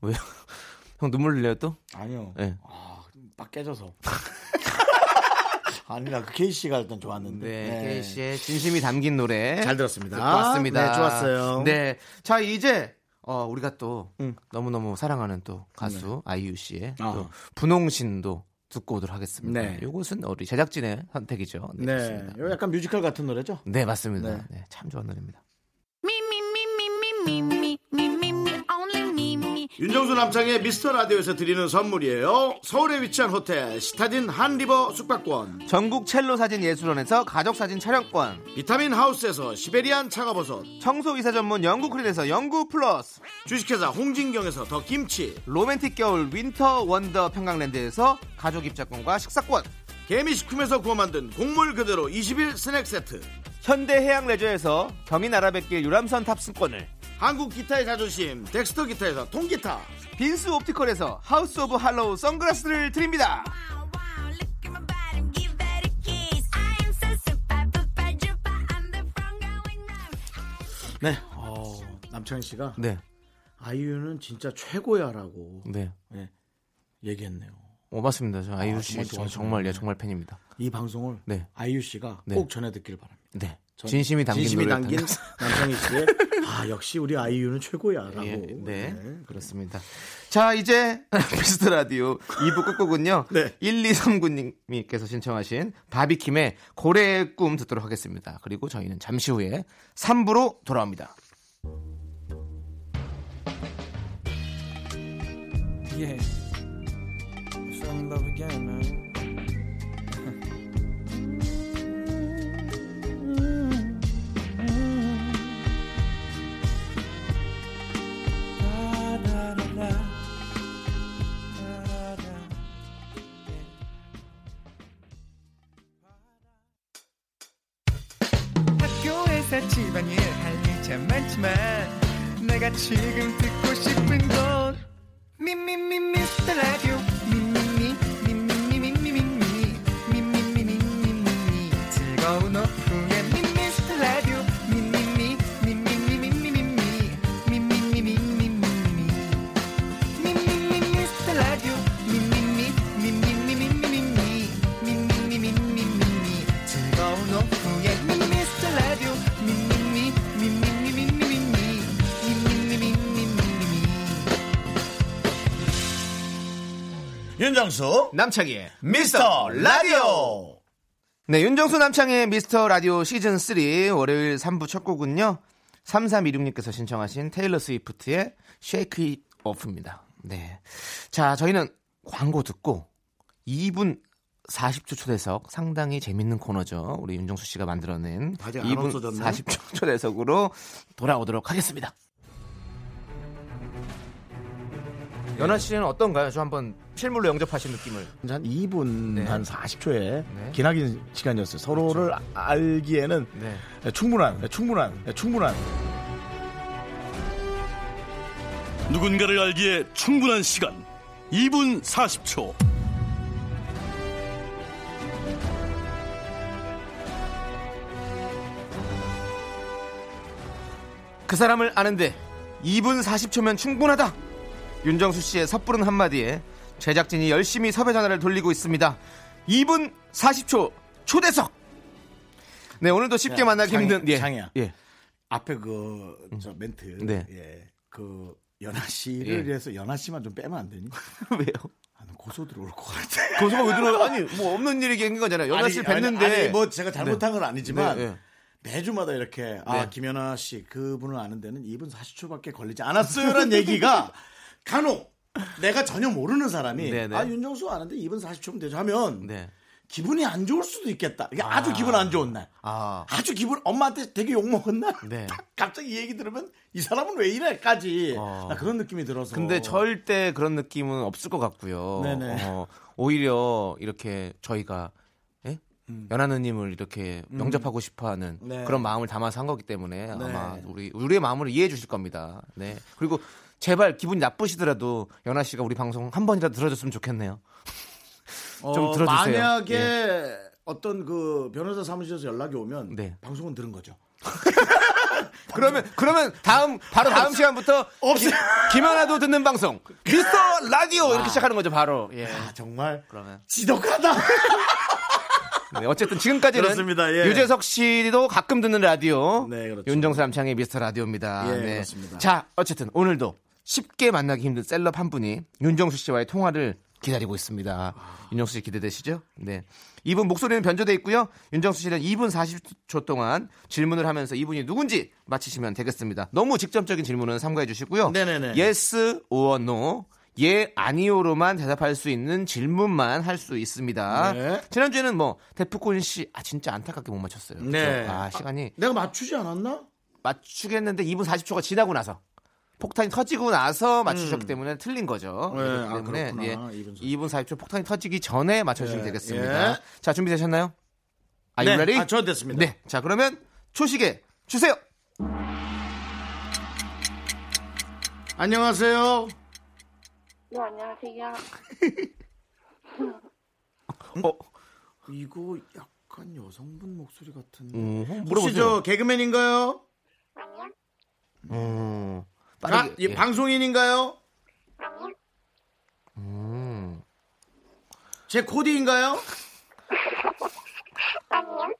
S2: 왜요? 형 눈물 흘려요 또?
S1: 아니요.
S2: 네.
S1: 아, 빡 깨져서. 아니, 나그 K 씨가 일단 좋았는데.
S2: 네, 케이 씨의 진심이 담긴 노래
S1: 잘 들었습니다.
S2: 듣고 왔습니다.
S1: 네, 좋았어요.
S2: 네, 자 이제 어, 우리가 또 너무 너무 사랑하는 또 가수 네. 아이유 씨의
S1: 아.
S2: 또 분홍신도 듣고 오도록 하겠습니다.
S1: 네.
S2: 이것은 우리 제작진의 선택이죠. 네,
S1: 네.
S2: 좋습니다.
S1: 이거 약간 뮤지컬 같은 노래죠?
S2: 네 맞습니다.
S1: 네.
S2: 네, 참 좋은 노래입니다.
S1: 윤정수 남창의 미스터 라디오에서 드리는 선물이에요. 서울에 위치한 호텔 시타딘 한리버 숙박권,
S2: 전국 첼로 사진 예술원에서 가족 사진 촬영권,
S1: 비타민 하우스에서 시베리안 차가버섯,
S2: 청소 이사 전문 영국 크린에서 영구 플러스,
S1: 주식회사 홍진경에서 더 김치,
S2: 로맨틱 겨울 윈터 원더 평강랜드에서 가족 입자권과 식사권,
S1: 개미식품에서 구워 만든 곡물 그대로 20일 스낵 세트,
S2: 현대 해양 레저에서 경인 아라뱃길 유람선 탑승권을
S1: 한국 기타의 자존심 덱스터 기타에서 통기타,
S2: 빈스 옵티컬에서 하우스 오브 할로우 선글라스를 드립니다.
S1: 네. 어, 남창희 씨가
S2: 네,
S1: 아이유는 진짜 최고야라고
S2: 네.
S1: 예, 얘기했네요.
S2: 오, 맞습니다. 저 아이유 씨
S1: 정말
S2: 정말,
S1: 좋아하시네요.
S2: 정말, 예, 정말 팬입니다.
S1: 이 방송을
S2: 네.
S1: 아이유 씨가
S2: 네.
S1: 꼭 전해 듣길 바랍니다.
S2: 네.
S1: 전-
S2: 진심이 담긴
S1: 진심이
S2: 노래를
S1: 담긴
S2: 담겨서-
S1: 남창희 씨의 아 역시 우리 아이유는 최고야라고.
S2: 예, 네, 그렇습니다. 자, 이제 미스터 라디오 2부 끝곡은요.
S1: 네.
S2: 1239님께서 신청하신 바비킴의 고래의 꿈 듣도록 하겠습니다. 그리고 저희는 잠시 후에 3부로 돌아옵니다.
S5: Yeah. I fell in love again, man. Da, da, da, da. Da, da, da.
S6: 학교에서 집안일 할 일 참 많지만 내가 지금 듣고 싶은 건 미미미 미스터 라디오 미미미 미미미 미미미 미미미 미미미 즐거운 오후에 미스터 라디오
S4: 윤정수
S2: 남창희의
S4: 미스터 라디오
S2: 네, 윤정수 남창의 미스터 라디오 시즌 3 월요일 3부 첫 곡은요. 3326님께서 신청하신 테일러 스위프트의 Shake It Off입니다. 네. 자, 저희는 광고 듣고 2분 40초 초대석 상당히 재밌는 코너죠. 우리 윤정수 씨가 만들어낸
S1: 아직 안
S2: 2분
S1: 없어졌네.
S2: 40초 초대석으로 돌아오도록 하겠습니다. 연아 씨는 어떤가요? 저 한번 실물로 영접하신 느낌을.
S1: 한 2분
S2: 네.
S1: 한 40초에
S2: 네.
S1: 기나긴 시간이었어요. 서로를 아- 알기에는
S2: 네.
S1: 충분한, 충분한, 충분한.
S7: 누군가를 알기에 충분한 시간 2분 40초
S2: 그 사람을 아는데 2분 40초면 충분하다. 윤정수 씨의 섣부른 한마디에 제작진이 열심히 섭외 전화를 돌리고 있습니다. 2분 40초 초대석. 네 오늘도 쉽게
S1: 야,
S2: 만나기
S1: 장이-
S2: 힘든 예.
S1: 장이야.
S2: 예.
S1: 앞에 그 저 멘트,
S2: 네.
S1: 예, 그 연하 씨를
S2: 예.
S1: 위해서 연하 씨만 좀 빼면 안 되니?
S2: 왜요?
S1: 아, 난 고소 들어올 것 같아.
S2: 고소가 왜 들어? 아니 뭐 없는 일이 생긴 거잖아요. 연하
S1: 아니,
S2: 씨를
S1: 아니,
S2: 뵀는데
S1: 아니, 뭐 제가 잘못한 건 아니지만
S2: 네, 네.
S1: 매주마다 이렇게 아 김연아 씨 그분을 아는 데는 2분 40초밖에 걸리지 않았어요라는 얘기가 간혹 내가 전혀 모르는 사람이
S2: 네, 네.
S1: 아 윤정수 아는데 2분 40초면 되죠 하면
S2: 네.
S1: 기분이 안 좋을 수도 있겠다. 이게 아. 주 기분 안 좋은 날.
S2: 아.
S1: 주 기분 엄마한테 되게 욕 먹은 날.
S2: 네.
S1: 갑자기 이 얘기 들으면 이 사람은 왜 이래까지
S2: 어.
S1: 나 그런 느낌이 들어서.
S2: 근데 절대 그런 느낌은 없을 것 같고요.
S1: 네네.
S2: 어, 오히려 이렇게 저희가 예? 연하 누님을 이렇게 영접하고 싶어하는
S1: 음. 네.
S2: 그런 마음을 담아서 한 거기 때문에 아마 우리 우리의 마음을 이해해 주실 겁니다. 네. 그리고 제발 기분 이 나쁘시더라도 연하 씨가 우리 방송 한 번이라도 들어줬으면 좋겠네요. 좀
S1: 어,
S2: 들어주세요.
S1: 만약에
S2: 예.
S1: 어떤 그 변호사 사무실에서 연락이 오면
S2: 네.
S1: 방송은 들은 거죠.
S2: 그러면 그러면 다음 바로 다음 시간부터
S1: 없어요.
S2: 김연아도 듣는 방송 미스터 라디오 이렇게 시작하는 거죠 바로. 예.
S1: 아 정말
S2: 그러면
S1: 지독하다.
S2: 네, 어쨌든 지금까지는
S1: 그렇습니다, 예.
S2: 유재석 씨도 가끔 듣는 라디오
S1: 네, 그렇죠.
S2: 윤정수 남창의 미스터 라디오입니다. 네.
S1: 예, 그렇습니다.
S2: 자, 어쨌든 오늘도 쉽게 만나기 힘든 셀럽 한 분이 윤정수 씨와의 통화를 기다리고 있습니다. 윤정수 씨 기대되시죠? 네. 이분 목소리는 변조돼 있고요. 윤정수 씨는 2분 40초 동안 질문을 하면서 이분이 누군지 맞히시면 되겠습니다. 너무 직접적인 질문은 삼가해 주시고요.
S1: 네네네.
S2: Yes or no. 예, 아니오로만 대답할 수 있는 질문만 할 수 있습니다.
S1: 네.
S2: 지난주에는 뭐, 데프콘 씨, 아, 진짜 안타깝게 못 맞췄어요. 그쵸?
S1: 네.
S2: 아, 시간이
S1: 내가 맞추지 않았나?
S2: 맞추겠는데 2분 40초가 지나고 나서 폭탄이 터지고 나서 맞추셨기 때문에 틀린 거죠.
S1: 음. 네,
S2: 그렇기
S1: 아,
S2: 때문에
S1: 그렇구나.
S2: 예,
S1: 2분 40초.
S2: 2분 40초 폭탄이 터지기 전에 맞춰주시면
S1: 예,
S2: 되겠습니다.
S1: 예.
S2: 자, 준비되셨나요? Are you
S1: 네,
S2: ready?
S1: 아, 저 됐습니다.
S2: 네. 자, 그러면 초시계 주세요.
S1: 안녕하세요.
S8: 네, 안녕하세요.
S2: 어,
S1: 이거 약간 여성분 목소리 같은.
S2: 어,
S1: 혹시
S2: 물어보세요.
S1: 저 개그맨인가요?
S8: 아니요,
S2: 어,
S1: 아,
S2: 빠르게.
S1: 예,
S2: 예.
S1: 방송인인가요?
S8: 아니요,
S2: 음.
S1: 제 코디인가요?
S8: 아니요,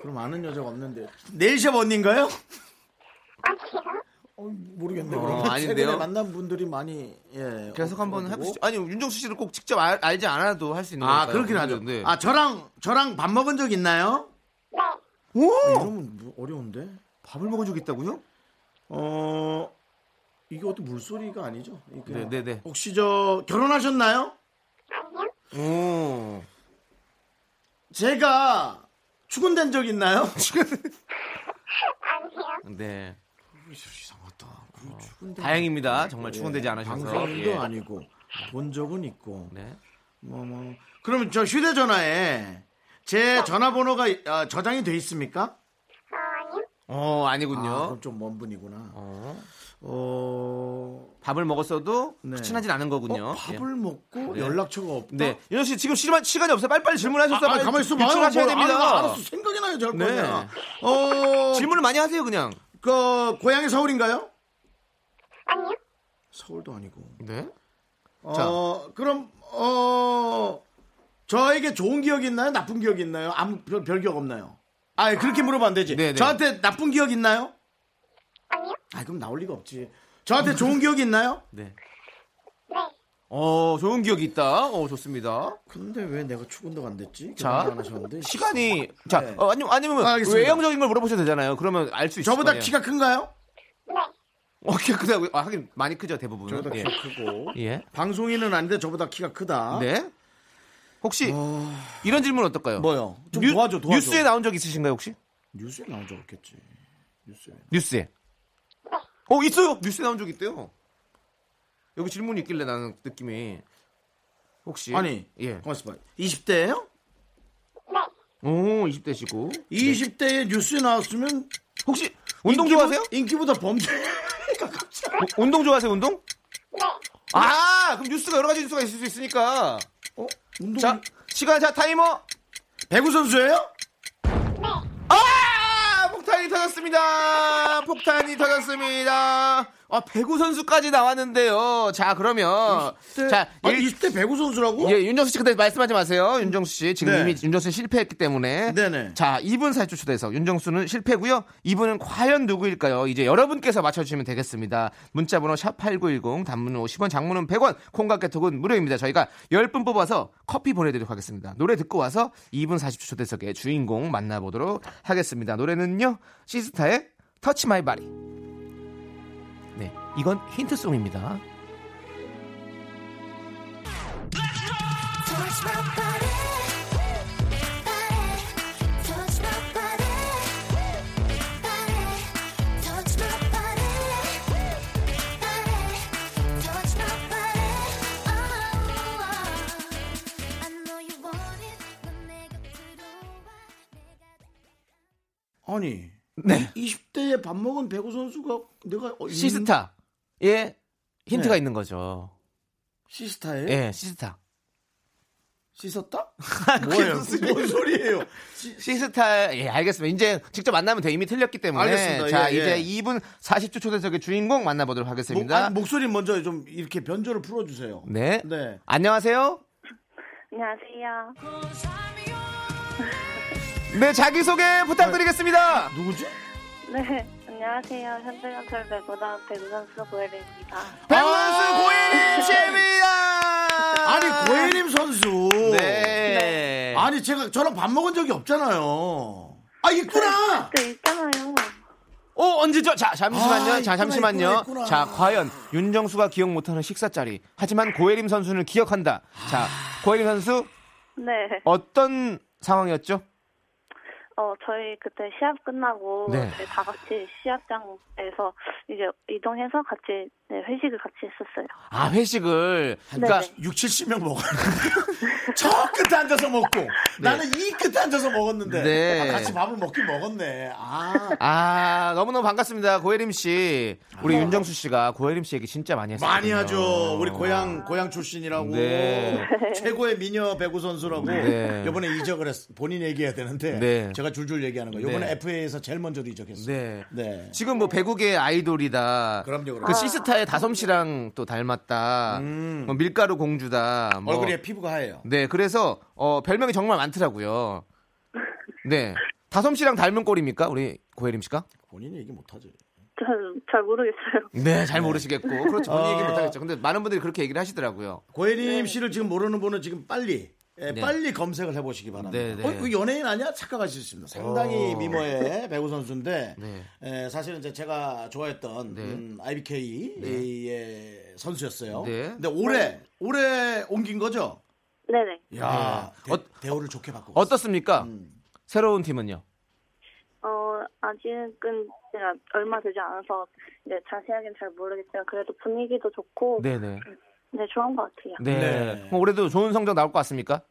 S1: 그럼 아는 여자가 없는데. 네일샵 언니인가요?
S8: 아니요.
S1: 어, 모르겠네.
S2: 어,
S1: 그러면
S2: 아닌데요?
S1: 최근에 만난 분들이 많이 예,
S2: 계속 한번
S1: 없어가지고.
S2: 해보시죠. 아니, 윤정수 씨를 꼭 직접 알, 알지 않아도 할 수 있는
S1: 아,
S2: 거니까요.
S1: 그렇긴 하죠.
S2: 네.
S1: 아, 저랑 저랑 밥 먹은 적 있나요?
S8: 네,
S1: 오!
S2: 아,
S1: 이러면 뭐 어려운데.
S2: 밥을 먹은 적 있다고요?
S1: 어 이게 어떤 물소리가 아니죠? 이게
S2: 네, 네, 네.
S1: 혹시 저 결혼하셨나요?
S8: 아니요,
S2: 오.
S1: 제가 추근된 적 있나요?
S8: 아니요.
S2: 네.
S1: 이상하다. 음, 추근된
S2: 어. 다행입니다. 정말 추운되지 않으셔서.
S1: 뭐, 예. 방송도
S2: 예.
S1: 아니고 본 적은 있고
S2: 네.
S1: 뭐 뭐. 그러면 저 휴대전화에 제 전화번호가 아, 저장이 돼 있습니까?
S8: 어, 아니요,
S2: 어 아니군요.
S1: 아, 그럼 좀 먼 분이구나.
S2: 어.
S1: 어,
S2: 밥을 먹었어도
S1: 네.
S2: 친하진 않은 거군요.
S1: 어, 밥을 먹고 연락처가 없다.
S2: 예. 네. 윤정 씨 지금 시간 시간이 없어요. 빨리빨리
S1: 아,
S2: 질문하셨어요.
S1: 아, 가만히 있어 봐요.
S2: 하셔야
S1: 뭘
S2: 됩니다.
S1: 알아, 알았어. 생각이 나요, 저럴
S2: 뭐, 네.
S1: 거냐. 어,
S2: 질문을 많이 하세요, 그냥.
S1: 그 고향이 서울인가요?
S8: 아니요.
S1: 서울도 아니고.
S2: 네.
S1: 어, 그럼 어 저에게 좋은 기억이 있나요? 나쁜 기억이 있나요? 아무 별, 별 기억 없나요? 아, 그렇게 물어보면 안 되지.
S2: 네, 네.
S1: 저한테 나쁜 기억 있나요?
S8: 아니요.
S1: 아, 그럼 나올 리가 없지. 저한테 좋은 기억이 있나요?
S2: 네.
S8: 네,
S2: 어, 어, 좋은 기억이 있다. 어, 좋습니다.
S1: 근데 왜 내가 추군도가 안 됐지?
S2: 자,
S1: 결혼을 안 하셨는데.
S2: 시간이 자,
S1: 네.
S2: 어, 아니면 아니면
S1: 아, 알겠습니다.
S2: 외형적인 걸 물어보셔도 되잖아요. 그러면 알 수 있을
S1: 저보다
S2: 거예요.
S1: 키가 큰가요?
S8: 네.
S2: 어, 키가 크다고. 아, 하긴 많이 크죠, 대부분.
S1: 저보다
S2: 예.
S1: 키가 크고.
S2: 예.
S1: 방송인은 아닌데 저보다 키가 크다.
S2: 네. 혹시 이런 질문 어떨까요?
S1: 뭐요? 좀 도와줘, 도와줘.
S2: 뉴스에 나온 적 있으신가요, 혹시?
S1: 뉴스에 나온 적 없겠지. 뉴스에.
S2: 뉴스에. 어, 있어요. 뉴스에 나온 적 있대요. 여기 질문이 있길래 나는 느낌이 혹시
S1: 아니,
S2: 예.
S1: 고맙습니다. 20대예요?
S2: 오, 20대시고.
S1: 20대에 뉴스에 나왔으면
S2: 혹시 네. 운동
S1: 인기보-
S2: 좋아하세요?
S1: 인기보다 범죄.
S2: 어, 운동 좋아하세요, 운동? 아, 그럼 뉴스가 여러 가지 뉴스가 있을 수 있으니까.
S1: 어? 운동.
S2: 자, 시간, 자, 타이머.
S1: 배구 선수예요?
S2: 아! 폭탄이 터졌습니다. 폭탄이 터졌습니다. 아, 배구 선수까지 나왔는데요. 자, 그러면. 자,
S1: 아,
S2: 일-
S1: 20대 배구 선수라고?
S2: 예, 윤정수 씨 근데 말씀하지 마세요. 윤정수 씨 지금
S1: 네.
S2: 이미 윤정수 씨 실패했기 때문에
S1: 네네.
S2: 자 2분 살초 초대석 윤정수는 실패고요. 이분은 과연 누구일까요? 이제 여러분께서 맞춰주시면 되겠습니다. 문자번호 샵 #8910 단문은 50원, 장문은 100원, 콩깍개톡은 무료입니다. 저희가 10분 뽑아서 커피 보내드리도록 하겠습니다. 노래 듣고 와서 2분 40초 초대석의 주인공 만나보도록 하겠습니다. 노래는요 시스타의 터치 마이 바디. 네, 이건 힌트송입니다.
S8: Oh,
S1: 아니.
S2: 네.
S1: 20대에 밥 먹은 배구 선수가 내가 어, 있는-
S2: 시스타의 예, 힌트가
S1: 음. 네.
S2: 있는 거죠.
S1: 시스타예요?
S2: 예, 시스타.
S1: 씻었다? 뭐예요? 뭔 소리예요? 시-
S2: 시스타, 예, 알겠습니다. 이제 직접 만나면 돼. 이미 틀렸기 때문에.
S1: 알겠습니다.
S2: 자,
S1: 예, 예.
S2: 이제 2분 40초 초대석의 주인공 만나보도록
S1: 목,
S2: 하겠습니다.
S1: 뭐, 아니, 목소리 먼저 좀 이렇게 변조를 풀어주세요.
S2: 네.
S1: 네.
S2: 안녕하세요.
S8: 안녕하세요.
S2: 네, 자기소개 부탁드리겠습니다.
S1: 누구지?
S8: 네, 안녕하세요. 현대건설 배구단 배구선수 고혜리입니다.
S2: 백만수 고혜림 씨입니다.
S1: 아. 아니 뭐. 고혜림 선수.
S2: 네.
S1: 아니 제가 저랑 밥 먹은 적이 없잖아요. 아 있구나.
S8: 그 있잖아요.
S2: 어, 언제죠? 자, 잠시만요.
S1: 아,
S2: 자,
S1: 있구나,
S2: 잠시만요.
S1: 있구나, 있구나.
S2: 자, 과연 윤정수가 기억 못하는 식사짜리. 하지만 고혜림 선수는 기억한다.
S1: 아.
S2: 자, 고혜림 선수
S8: 네,
S2: 어떤 상황이었죠?
S8: 어 저희 그때 시합 끝나고
S2: 네.
S8: 이제 다 같이 시합장에서 이제 이동해서 같이 네, 회식을 같이 했었어요.
S2: 아, 회식을.
S8: 네,
S2: 그러니까
S8: 네.
S1: 6, 70명 먹어요. 저 끝에 앉아서 먹고 나는 이 끝에 앉아서 먹었는데
S2: 네.
S1: 아, 같이 밥을 먹긴 먹었네. 아
S2: 아 너무너무 반갑습니다 고혜림 씨 우리 윤정수 씨가 고혜림 씨 얘기 진짜 많이 했어요
S1: 많이 하죠. 우리 고향 고향 출신이라고
S2: 네.
S1: 최고의 미녀 배구 선수라고
S2: 네.
S1: 이번에 이적을 했. 본인 얘기해야 되는데
S2: 네.
S1: 제가 줄줄 얘기하는 거. 이번에
S2: 네.
S1: FA에서 제일 먼저 이적했어요.
S2: 네.
S1: 네.
S2: 지금 뭐 배국의 아이돌이다
S1: 그럼요, 그럼요.
S2: 그 시스타의 다솜씨랑 또 닮았다 뭐 밀가루 공주다 뭐.
S1: 음. 얼굴에 피부가 하얘요.
S2: 네 그래서 어, 별명이 정말 많더라고요 네 다솜씨랑 닮은 꼴입니까 우리 고혜림 씨가
S1: 본인이 얘기 못하지.
S8: 전잘 모르겠어요.
S2: 네 잘 모르시겠고 그렇죠 본인 얘기
S1: 어.
S2: 못하겠죠 근데 많은 분들이 그렇게 얘기를 하시더라고요
S1: 고혜림 씨를 지금 모르는 분은 지금 빨리 예,
S2: 네.
S1: 빨리 검색을 해보시기 바랍니다.
S2: 네, 네.
S1: 어, 이거 연예인 아니야? 착각할 수 있습니다. 상당히 미모의 배구 선수인데
S2: 네.
S1: 예, 사실은 이제 제가 좋아했던
S2: 네.
S1: IBK의 선수였어요.
S2: 네.
S1: 근데 올해 올해 옮긴 거죠?
S8: 네네.
S1: 야
S2: 네. 어-
S1: 대, 우를 좋게 받고
S2: 어떻습니까
S1: 음.
S2: 새로운 팀은요
S8: 어 아직은 제가 얼마 되지 않아서 이제 자세하게는 잘 모르겠지만 그래도 분위기도 좋고 네,
S2: 네네
S8: 좋은 것 같아요.
S2: 네.
S1: 네.
S2: 그럼 올해도 좋은 성적 나올 것 같습니까?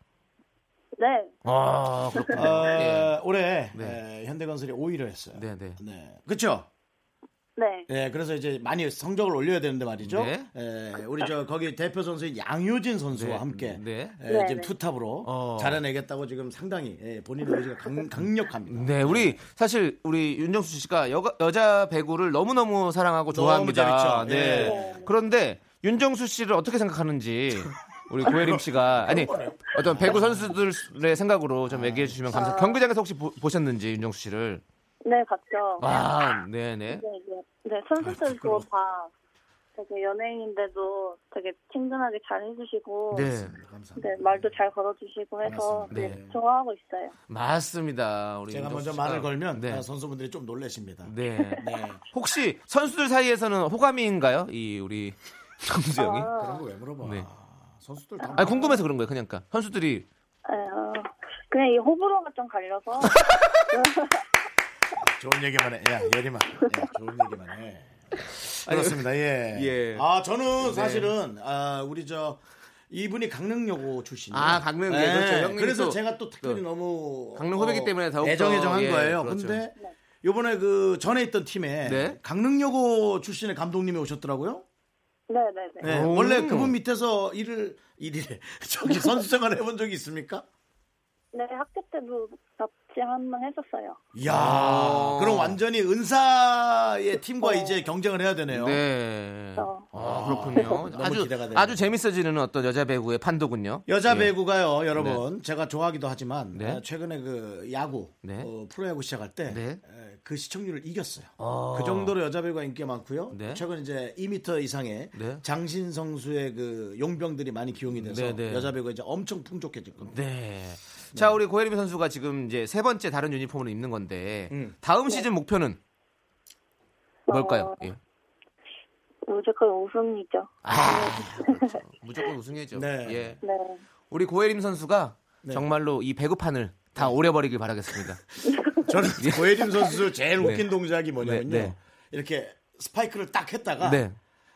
S8: 네.
S2: 아, 그렇군요.
S1: 어,
S2: 예.
S1: 올해
S2: 네.
S1: 예, 현대건설이 5위를 했어요.
S2: 네, 네.
S1: 그렇죠?
S8: 네.
S1: 예, 그래서 이제 많이 성적을 올려야 되는데 말이죠.
S2: 네.
S1: 예, 우리 저 거기 대표 선수인 양효진 선수와
S2: 네,
S1: 함께
S2: 네.
S1: 예,
S8: 네,
S1: 지금
S8: 네.
S1: 투탑으로
S2: 어.
S1: 잘해내겠다고 지금 상당히 예, 본인의 의지가 강, 강력합니다.
S2: 네, 우리 사실 우리 윤정수 씨가 여, 여자 배구를 너무너무 사랑하고 좋아합니다.
S1: 재밌죠?
S2: 네.
S1: 예.
S2: 그런데 윤정수 씨를 어떻게 생각하는지 우리 고혜림 씨가 아니 어떤 배구 선수들의 생각으로 좀 얘기해
S1: 아.
S2: 주시면 감사합니다. 경기장에서 혹시 보, 보셨는지 윤정수 씨를
S8: 네, 봤죠.
S2: 아, 네, 네. 아,
S8: 네, 네. 네, 선수들 그거 다 되게 연예인인데도 되게 친근하게 잘 해주시고
S2: 네.
S1: 감사합니다.
S8: 네, 말도 잘 걸어주시고 해서
S2: 네.
S8: 되게 좋아하고 있어요.
S2: 맞습니다. 우리
S1: 제가
S2: 윤정
S1: 먼저
S2: 씨가.
S1: 말을 걸면
S2: 네.
S1: 아, 선수분들이 좀 놀라십니다.
S2: 네.
S1: 네.
S2: 혹시 선수들 사이에서는 호감인가요? 이 우리
S8: 아,
S2: 정수영이?
S1: 그런 거 왜 물어봐?
S2: 네.
S1: 선수들 다
S2: 아니 궁금해서 그런 거예요. 그냥 그러니까 선수들이
S8: 에어, 네, 아, 그냥 이 호불호가 좀 갈려서
S1: 좋은 얘기만 해. 야, 예림아. 야, 좋은 얘기만 해. 그렇습니다. 예.
S2: 예.
S1: 아, 저는 사실은 아, 우리 저 이분이 강릉여고 출신이에요. 네.
S2: 아, 강릉, 예, 그렇죠. 형님이
S1: 그래서
S2: 또
S1: 제가 또 특별히
S2: 그
S1: 너무 어,
S2: 강릉 호배기 때문에 더욱더,
S1: 애정애정한
S2: 예,
S1: 거예요.
S2: 그렇죠.
S1: 근데 요번에 그 전에 있던 팀에
S2: 네.
S1: 강릉여고 출신의 감독님이 오셨더라고요.
S8: 네네네.
S1: 네.
S2: 오.
S1: 원래 그분 밑에서 일을 일일에 저기 선수 생활 해본 적이 있습니까?
S8: 네, 학교 때도 같이 한 번 했었어요.
S1: 이야,
S2: 아.
S1: 그럼 완전히 은사의 팀과 이제 경쟁을 해야 되네요.
S2: 어. 네.
S8: 어.
S2: 아, 그렇군요.
S1: 어? 너무
S2: 아주
S1: 기대가 되네요.
S2: 아주 재밌어지는 어떤 여자 배구의 판도군요.
S1: 여자
S2: 예.
S1: 배구가요, 여러분. 제가 좋아하기도 하지만
S2: 네.
S1: 어, 최근에 그 야구,
S2: 네.
S1: 어, 프로야구 시작할 때 그
S2: 네.
S1: 시청률을 이겼어요.
S2: 아.
S1: 그 정도로 여자 배구가 인기가 많고요.
S2: 네.
S1: 최근 이제 2m 이상의
S2: 네.
S1: 장신 성수의 그 용병들이 많이 기용이 돼서
S2: 네, 네.
S1: 여자 배구가 이제 엄청 풍족해질 겁니다.
S2: 네. 자, 우리 고혜림 선수가 지금 이제 세 번째 다른 유니폼을 입는 건데
S1: 음.
S2: 다음 시즌 목표는 뭘까요? 예.
S8: 어, 무조건 우승이죠.
S2: 아. 무조건 우승이죠.
S1: 네.
S2: 예.
S8: 네.
S2: 우리 고혜림 선수가 정말로 이 배구판을 다 오려버리길 바라겠습니다.
S1: 저는 고혜림 선수 제일
S2: 예. 네.
S1: 웃긴 동작이 뭐냐면요.
S2: 네, 네.
S1: 이렇게 스파이크를 딱 했다가
S2: 네.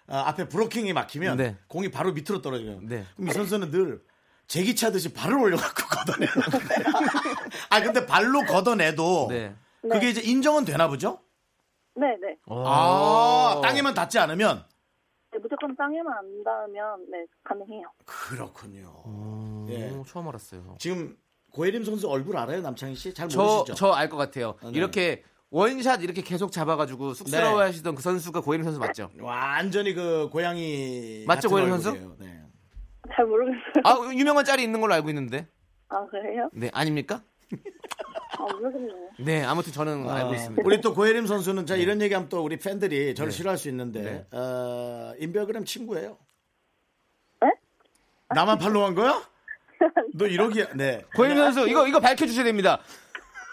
S1: 아, 앞에 브로킹이 막히면
S2: 네.
S1: 공이 바로 밑으로 떨어져요.
S2: 네.
S1: 그럼 이 선수는 늘 제기차듯이 발을 올려갖고 걷어내요. 아 근데 발로 걷어내도
S2: 네.
S1: 그게 이제 인정은 되나 보죠?
S8: 네네.
S2: 어?
S1: 아 어. 땅에만 닿지 않으면
S8: 네, 무조건 땅에만 안 닿으면 네, 가능해요.
S2: 어.
S1: 그렇군요. 예.
S2: 오, 처음 알았어요.
S1: 지금 고혜림 선수 얼굴 알아요 남창희 씨? 잘
S2: 저,
S1: 모르시죠?
S2: 저 알 것 같아요.
S1: 네.
S2: 이렇게 원샷 이렇게 계속 잡아가지고 쑥스러워
S1: 네.
S2: 하시던 그 선수가 고혜림 선수 맞죠?
S1: 완전히 그 고양이 같은
S2: 맞죠, 고혜림 선수?
S1: 얼굴이에요. 네.
S8: 잘 모르겠어요.
S2: 아, 유명한 짤이 있는 걸로 알고 있는데.
S8: 아, 그래요?
S2: 네, 아닙니까?
S8: 아, 모르겠네요.
S2: 네, 아무튼 저는 알고
S1: 아,
S2: 있습니다. 네.
S1: 우리 또 고혜림 선수는 자 이런 얘기하면 또 우리 팬들이 저를 싫어할 수 있는데 어, 인별그램 친구예요.
S8: 네?
S1: 나만 팔로우한 거야? 너 이러기 네
S2: 고혜림 선수, 이거, 이거 밝혀주셔야 됩니다.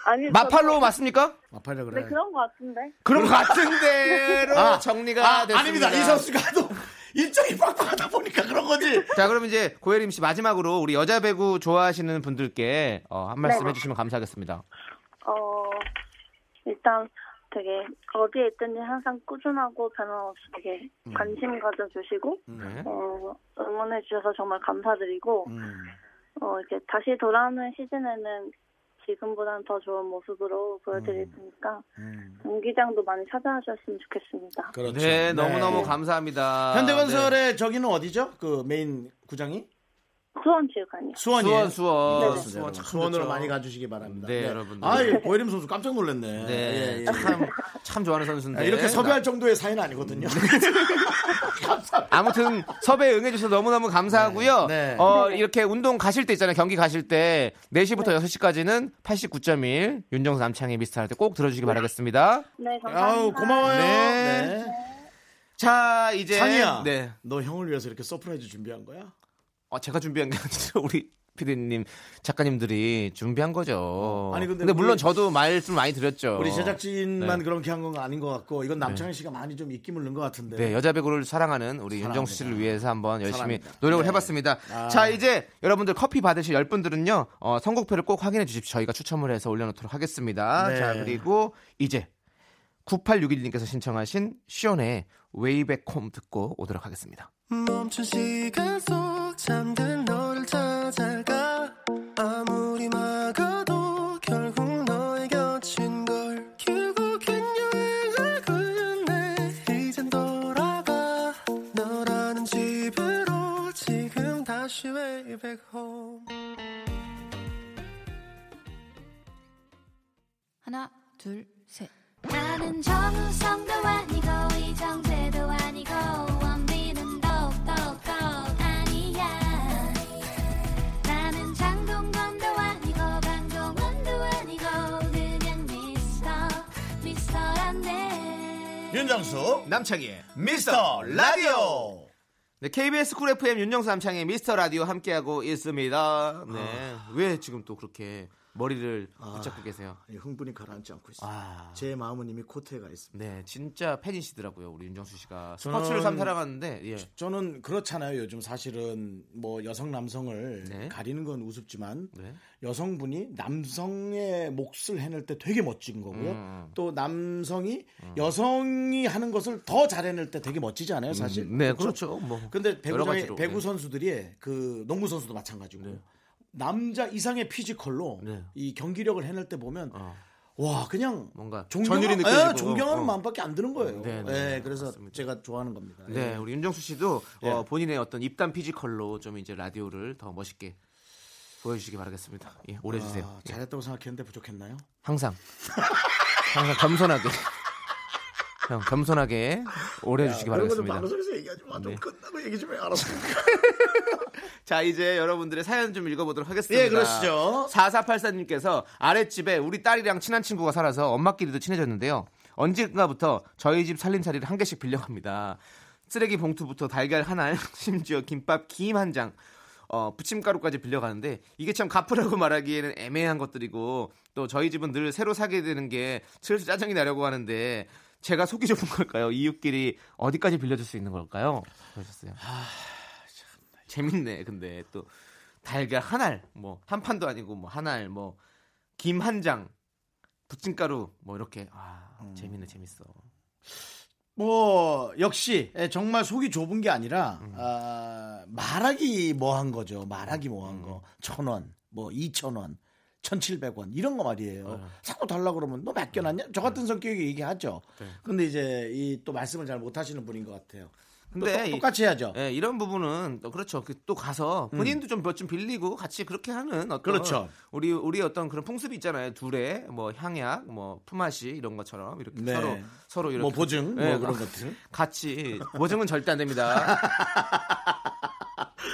S8: 아니,
S2: 마팔로 맞습니까?
S1: 아, 마팔려
S8: 저도-
S1: 그래.
S8: 네, 그런 것 같은데.
S2: 그럼 같은 대로
S1: 아,
S2: 정리가
S1: 아,
S2: 됐습니다.
S1: 아닙니다. 이 선수가 또 일정이 빡빡하다 보니까 그런 거지.
S2: 자, 그럼 이제 고혜림 씨 마지막으로 우리 여자 배구 좋아하시는 분들께 어, 한 말씀
S8: 네.
S2: 해주시면 감사하겠습니다.
S8: 어, 일단 되게 어디에 있든지 항상 꾸준하고 변함없이 되게
S1: 음.
S8: 관심 가져주시고,
S2: 네.
S8: 어, 응원해주셔서 정말 감사드리고,
S1: 음.
S8: 어, 이렇게 다시 돌아오는 시즌에는 지금보다는 더 좋은 모습으로 보여드릴 테니까,
S1: 음.
S8: 경기장도 많이 찾아와주셨으면 좋겠습니다.
S1: 그렇죠.
S2: 네, 너무너무 감사합니다.
S1: 현대건설의 저기는 어디죠? 그 메인 구장이 그
S8: 수원체육관이요.
S2: 네.
S1: 수원이에요.
S2: 수원, 수원. 그렇죠.
S1: 네.
S2: 수원, 참
S1: 수원으로
S2: 좋죠.
S1: 많이 가주시기 바랍니다.
S2: 네, 여러분들.
S1: 아, 예, 고혜림 선수 깜짝 놀랐네.
S2: 네,
S1: 예, 예.
S2: 참, 참 좋아하는 선수인데.
S1: 아, 이렇게 섭외할 정도의 사이는 아니거든요. 감사합니다.
S2: 아무튼 섭외 응해주셔서 너무너무 감사하고요.
S1: 네, 네.
S2: 어, 이렇게 운동 가실 때 있잖아요. 경기 가실 때
S1: 네.
S2: 4시부터 6시까지는 89.1 윤정수 남창희 미스터할 때 꼭 들어주시기 바라겠습니다.
S8: 네, 감사합니다.
S1: 아우 고마워요.
S2: 네. 자, 이제
S1: 창희야,
S2: 네.
S1: 너 형을 위해서 이렇게 서프라이즈 준비한 거야?
S2: 어, 제가 준비한 게 아니라 우리 피디님 작가님들이 준비한 거죠.
S1: 어, 아니,
S2: 아니
S1: 근데
S2: 근데, 물론
S1: 우리-
S2: 저도 말씀 많이 드렸죠.
S1: 우리 제작진만
S2: 어. 네.
S1: 그렇게 한 건 아닌 것 같고 이건 남창희 씨가 많이 좀 입기 물른 것 같은데.
S2: 네, 여자 배구를 사랑하는 우리 윤정수 씨를 위해서 한번 열심히
S1: 사랑합니다.
S2: 노력을
S1: 네.
S2: 해봤습니다. 자, 이제 여러분들 커피 받으실 열 분들은요, 어, 선곡표를 꼭 확인해 주십시오. 저희가 추첨을 해서 올려놓도록 하겠습니다.
S1: 네.
S2: 자, 그리고 이제 9861님께서 신청하신 시온의 웨이백홈 듣고 오도록 하겠습니다.
S6: 멈춘 시간 속 잠든 너를 찾아가 아무리 막아도 결국 너의 곁인 걸 결국엔 여행을 끝내 네, 이젠 돌아가 너라는 집으로 지금 다시 way back home
S9: 하나, 둘, 셋.
S3: 나는 정우성도 아니고 이정재도 아니고 원빈은 더욱더 아니야 나는 장동건도 아니고 강동원도 아니고 그냥 미스터 미스터란데
S4: 윤정수
S2: 남창희의
S4: 미스터 라디오
S2: 네, KBS 쿨 FM 윤정수 남창의 미스터 라디오 함께하고 있습니다. 네. 왜 지금 또 그렇게 머리를 붙잡고 계세요?
S1: 아. 아니, 아. 흥분이 가라앉지 않고 있어요.
S2: 아.
S1: 제 마음은 이미 코트에 가 있습니다.
S2: 네, 진짜 팬이시더라고요. 우리 윤정수 씨가
S1: 저는-
S2: 스포츠를 삼 사랑하는데 예.
S1: 저는 그렇잖아요. 요즘 사실은 뭐 여성 남성을
S2: 네.
S1: 가리는 건 우습지만 여성분이 남성의 몫을 해낼 때 되게 멋진 거고요.
S2: 음.
S1: 또 남성이 여성이 하는 것을 더 잘해낼 때 되게 멋지지 않아요, 사실?
S2: 음, 네, 그렇죠. 뭐
S1: 근데
S2: 여러
S1: 배구,
S2: 가지로,
S1: 배구
S2: 네.
S1: 선수들이 그 농구 선수도 마찬가지고 남자 이상의 피지컬로
S2: 네.
S1: 이 경기력을 해낼 때 보면 와 그냥
S2: 어. 뭔가
S1: 존경하,
S2: 전율이
S1: 예,
S2: 느껴지고
S1: 존경하는
S2: 어.
S1: 마음밖에 안 드는 거예요.
S2: 네,
S1: 네,
S2: 네,
S1: 그래서 제가 좋아하는 겁니다.
S2: 네,
S1: 예.
S2: 우리 윤정수 씨도 어, 본인의 어떤 입단 피지컬로 좀 이제 라디오를 더 멋있게 보여주시기 바라겠습니다. 예, 오래 주세요.
S1: 아, 잘했다고 생각했는데 부족했나요?
S2: 항상 항상 겸손하게 형 겸손하게 오래 해주시기 바라겠습니다.
S1: 방송에서 얘기하지 마. 좀
S2: 네.
S1: 끝나고 얘기 좀 해. 알았어.
S2: 자, 이제 여러분들의 사연 좀 읽어보도록 하겠습니다.
S1: 예, 그러시죠.
S2: 4484님께서 아랫집에 우리 딸이랑 친한 친구가 살아서 엄마끼리도 친해졌는데요. 언젠가부터 저희 집 살림살이를 한 개씩 빌려갑니다. 쓰레기 봉투부터 달걀 한 알, 심지어 김밥 김 한 장, 어, 부침가루까지 빌려가는데 이게 참 갚으라고 말하기에는 애매한 것들이고 또 저희 집은 늘 새로 사게 되는 게 슬슬 짜증이 나려고 하는데 제가 속이 좁은 걸까요? 이웃끼리 어디까지 빌려줄 수 있는 걸까요? 그러셨어요. 재밌네. 근데 또 달걀 한 알, 뭐 한 판도 아니고 뭐 한 알, 뭐 김 한 장, 부침가루 뭐 이렇게 아
S1: 음.
S2: 재밌네 재밌어.
S1: 뭐 역시 예, 정말 속이 좁은 게 아니라
S2: 음.
S1: 아, 말하기 뭐한 거죠. 말하기 뭐한
S2: 음.
S1: 거. 천 원, 뭐 이천 원, 천칠백 원 이런 거 말이에요.
S2: 네.
S1: 자꾸 달라 그러면 너 맡겨놨냐? 저 같은 성격이 얘기하죠.
S2: 네.
S1: 근데 이제 이 또 말씀을 잘 못하시는 분인 것 같아요.
S2: 근데
S1: 또
S2: 이-
S1: 똑같이 해야죠.
S2: 예, 이런 부분은 또 그렇죠. 그 또 가서 본인도 좀 몇 좀 빌리고 같이 그렇게 하는 어떤
S1: 그렇죠.
S2: 우리 우리 어떤 그런 풍습이 있잖아요. 둘의 뭐 향약, 뭐 품앗이 이런 것처럼 이렇게
S1: 네.
S2: 서로 서로 이렇게
S1: 뭐 보증, 뭐
S2: 예,
S1: 그런 것들.
S2: 같이 보증은 절대 안 됩니다.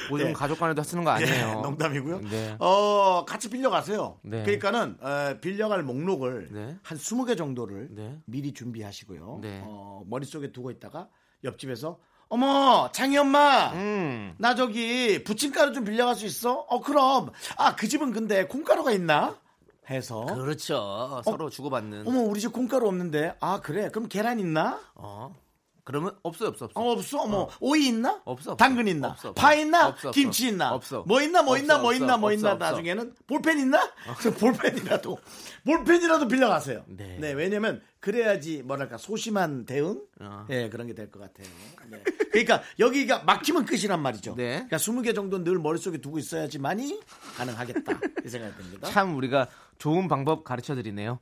S2: 보증은
S1: 예.
S2: 가족 간에도 쓰는 거 아니에요.
S1: 예, 농담이고요.
S2: 네.
S1: 어, 같이 빌려가세요.
S2: 네.
S1: 그러니까는 어, 빌려갈 목록을
S2: 네.
S1: 한 20개 정도를
S2: 네.
S1: 미리 준비하시고요.
S2: 네.
S1: 어, 머릿속에 두고 있다가 옆집에서 어머, 창희 엄마.
S2: 음.
S1: 나 저기 부침가루 좀 빌려갈 수 있어? 어, 그럼. 아, 그 집은 근데 콩가루가 있나? 해서
S2: 그렇죠. 서로 주고받는.
S1: 어머, 우리 집 콩가루 없는데. 아, 그래. 그럼 계란 있나?
S2: 어. 그러면 없어요, 없어, 없어.
S1: 어, 없어. 어머, 오이 있나?
S2: 없어, 없어.
S1: 당근 있나?
S2: 없어, 없어.
S1: 파 있나?
S2: 없어, 없어.
S1: 김치 있나?
S2: 없어.
S1: 뭐 있나? 뭐
S2: 없어,
S1: 있나? 뭐
S2: 없어,
S1: 있나? 뭐
S2: 없어,
S1: 있나?
S2: 없어. 어.
S1: 나중에는 볼펜 있나? 그 볼펜이라도 볼펜이라도 빌려가세요.
S2: 네.
S1: 네. 왜냐면 그래야지 뭐랄까 소심한 대응,
S2: 아.
S1: 예 그런 게 될 것 같아요. 네. 그러니까 여기가 막히면 끝이란 말이죠.
S2: 네.
S1: 그러니까 20개 정도 늘 머릿속에 두고 있어야지만이 가능하겠다 이 생각이 듭니다.
S2: 참 우리가 좋은 방법 가르쳐 드리네요.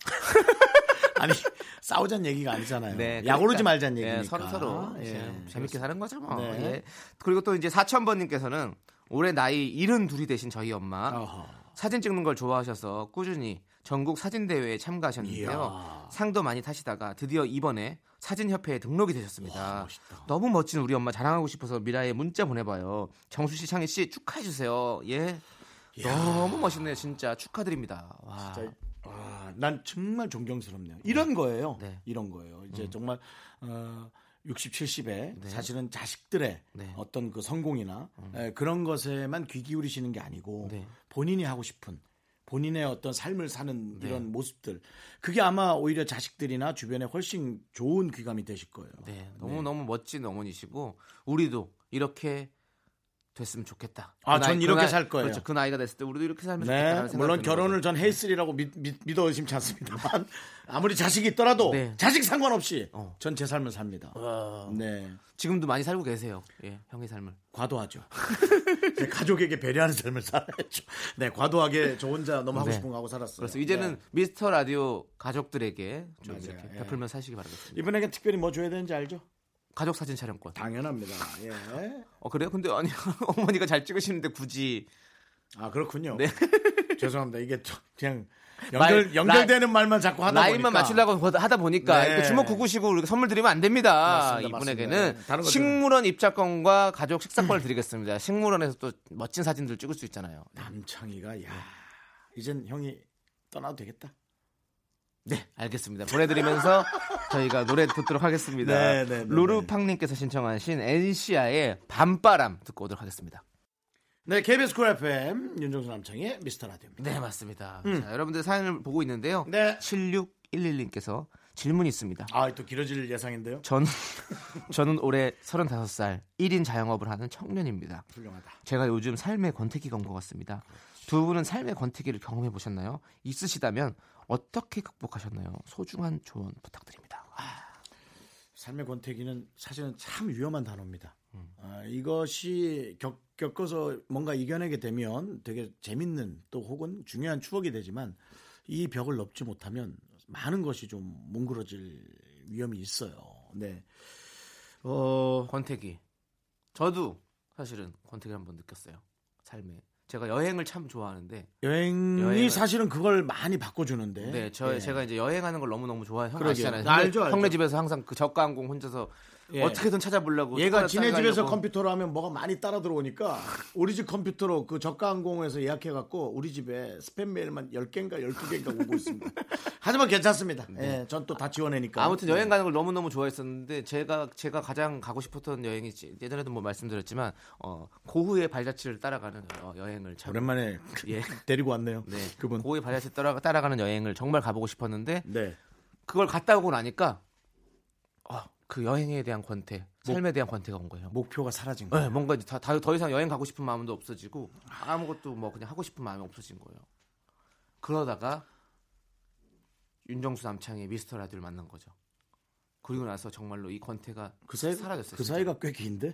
S1: 아니 싸우자는 얘기가 아니잖아요.
S2: 그러니까,
S1: 약오르지 말자는
S2: 예,
S1: 얘기니까.
S2: 서로 서로
S1: 예,
S2: 재밌게 사는 거죠 뭐.
S1: 네.
S2: 예. 그리고 또 이제 4천 번님께서는 올해 나이 7 2이 되신 저희 엄마
S1: 어허.
S2: 사진 찍는 걸 좋아하셔서 꾸준히 전국 사진 대회에 참가하셨는데요.
S1: 이야.
S2: 상도 많이 타시다가 드디어 이번에 사진 협회에 등록이 되셨습니다.
S1: 와, 멋있다.
S2: 너무 멋진 우리 엄마 자랑하고 싶어서 미라에 문자 보내봐요. 정수 씨, 창희 씨 축하해 주세요. 예. 너무 멋있네요, 진짜 축하드립니다. 와.
S1: 진짜, 아, 난 정말 존경스럽네요. 이런 거예요.
S2: 네.
S1: 이런 거예요. 이제 정말 어, 60, 70에 사실은 자식들의
S2: 네. 음.
S1: 어떤 그 성공이나 에, 그런 것에만 귀 기울이시는 게 아니고
S2: 네.
S1: 본인이 하고 싶은 본인의 어떤 삶을 사는
S2: 네.
S1: 이런 모습들 그게 아마 오히려 자식들이나 주변에 훨씬 좋은 귀감이 되실 거예요.
S2: 네, 너무 너무 멋진 어머니시고 우리도 이렇게 됐으면 좋겠다.
S1: 아, 전
S2: 나이-
S1: 이렇게
S2: 나이-
S1: 살 거예요.
S2: 그렇죠. 그 나이가 됐을 때 우리도 이렇게 살면
S1: 네,
S2: 좋겠다라는 네. 생각.
S1: 물론 결혼을 전 헤이슬이라고 믿, 믿, 어 의심치 않습니다만 아무리 자식이 있더라도
S2: 네.
S1: 자식 상관없이
S2: 어.
S1: 전 제 삶을 삽니다. 네.
S2: 지금도 많이 살고 계세요. 예, 형의 삶을.
S1: 과도하죠. 제 가족에게 배려하는 삶을 살아야죠. 네, 과도하게 저 혼자 너무 하고
S2: 네.
S1: 싶은 거 하고 살았어요.
S2: 그래서 이제는
S1: 네.
S2: 미스터 라디오 가족들에게 좀
S1: 맞아요.
S2: 이렇게
S1: 예.
S2: 베풀면 사시기 바라겠습니다.
S1: 이분에게 특별히 뭐 줘야 되는지 알죠?
S2: 가족 사진 촬영권.
S1: 당연합니다. 예.
S2: 어 그래요? 근데 아니 어머니가 잘 찍으시는데 굳이
S1: 아 그렇군요.
S2: 네.
S1: 죄송합니다. 이게 저- 그냥
S2: 말-
S1: 연결 연결되는 말만 자꾸 하다
S2: 라인만
S1: 보니까
S2: 맞추려고 거- 하다 보니까
S1: 네.
S2: 이렇게 주먹 구구시고 우리가 선물 드리면 안 됩니다.
S1: 맞습니다,
S2: 이분에게는
S1: 맞습니다. 다른 거
S2: 식물원 입장권과 가족 식사권을 드리겠습니다. 식물원에서 또 멋진 사진들 찍을 수 있잖아요.
S1: 남창이가 야 이젠 형이 떠나도 되겠다.
S2: 네, 알겠습니다. 보내드리면서 저희가 노래 듣도록 하겠습니다.
S1: 네, 네, 네,
S2: 루루팡님께서 신청하신 엔시아의 밤바람 듣고 오도록 하겠습니다.
S1: 네, KBS 쿨 FM 윤정수 남창의 미스터 라디오입니다.
S2: 네, 맞습니다.
S1: 음.
S2: 자, 여러분들 사연을 보고 있는데요.
S1: 네.
S2: 7611님께서 질문이 있습니다.
S1: 아, 또 길어질 예상인데요.
S2: 저는, 저는 올해 35살 1인 자영업을 하는 청년입니다.
S1: 훌륭하다.
S2: 제가 요즘 삶의 권태기가 온 것 같습니다. 두 분은 삶의 권태기를 경험해 보셨나요? 있으시다면 어떻게 극복하셨나요? 소중한 조언 부탁드립니다. 아.
S1: 삶의 권태기는 사실은 참 위험한 단어입니다. 아, 이것이 겪, 겪어서 뭔가 이겨내게 되면 되게 재밌는 또 혹은 중요한 추억이 되지만 이 벽을 넘지 못하면 많은 것이 좀 뭉그러질 위험이 있어요. 네. 어,
S2: 권태기. 저도 사실은 권태기 한번 느꼈어요. 삶에. 제가 여행을 참 좋아하는데
S1: 여행이
S2: 여행을-
S1: 사실은 그걸 많이 바꿔주는데.
S2: 네, 저
S1: 예.
S2: 제가 이제 여행하는 걸 너무 너무 좋아해요. 형
S1: 그러게요.
S2: 아시잖아요.
S1: 나 알죠, 알죠.
S2: 형네 집에서 항상 그 저가 항공 혼자서
S1: 예.
S2: 어떻게든 찾아보려고
S1: 얘가
S2: 쫓아다니려고.
S1: 지네 집에서 컴퓨터로 하면 뭐가 많이 따라 들어오니까 우리 집 컴퓨터로 그 저가항공에서 예약해갖고 우리 집에 스팸 메일만 10개인가 12개인가 오고 있습니다. 하지만 괜찮습니다. 예, 전 또 다 지원해니까.
S2: 네.
S1: 네.
S2: 아무튼 여행 가는 걸 너무 너무 좋아했었는데 제가 제가 가장 가고 싶었던 여행이 지- 예전에도 뭐 말씀드렸지만 어, 고흐의 발자취를 따라가는 어, 여행을 참
S1: 오랜만에 그
S2: 예.
S1: 데리고 왔네요.
S2: 네.
S1: 그분.
S2: 고흐의 발자취 따라, 따라가는 여행을 정말 가보고 싶었는데
S1: 네.
S2: 그걸 갔다 오고 나니까 어, 그 여행에 대한 권태,
S1: 뭐
S2: 삶에 대한 권태가 온 거예요.
S1: 목표가 사라진 거예요.
S2: 네, 뭔가 이제 다, 다- 더 이상 여행 가고 싶은 마음도 없어지고 아무것도 뭐 그냥 하고 싶은 마음이 없어진 거예요. 그러다가 윤정수 남창의 미스터 라디오를 만난 거죠. 그리고 나서 정말로 이 권태가
S1: 그 사이
S2: 사라졌어요.
S1: 그
S2: 진짜.
S1: 사이가 꽤 긴데.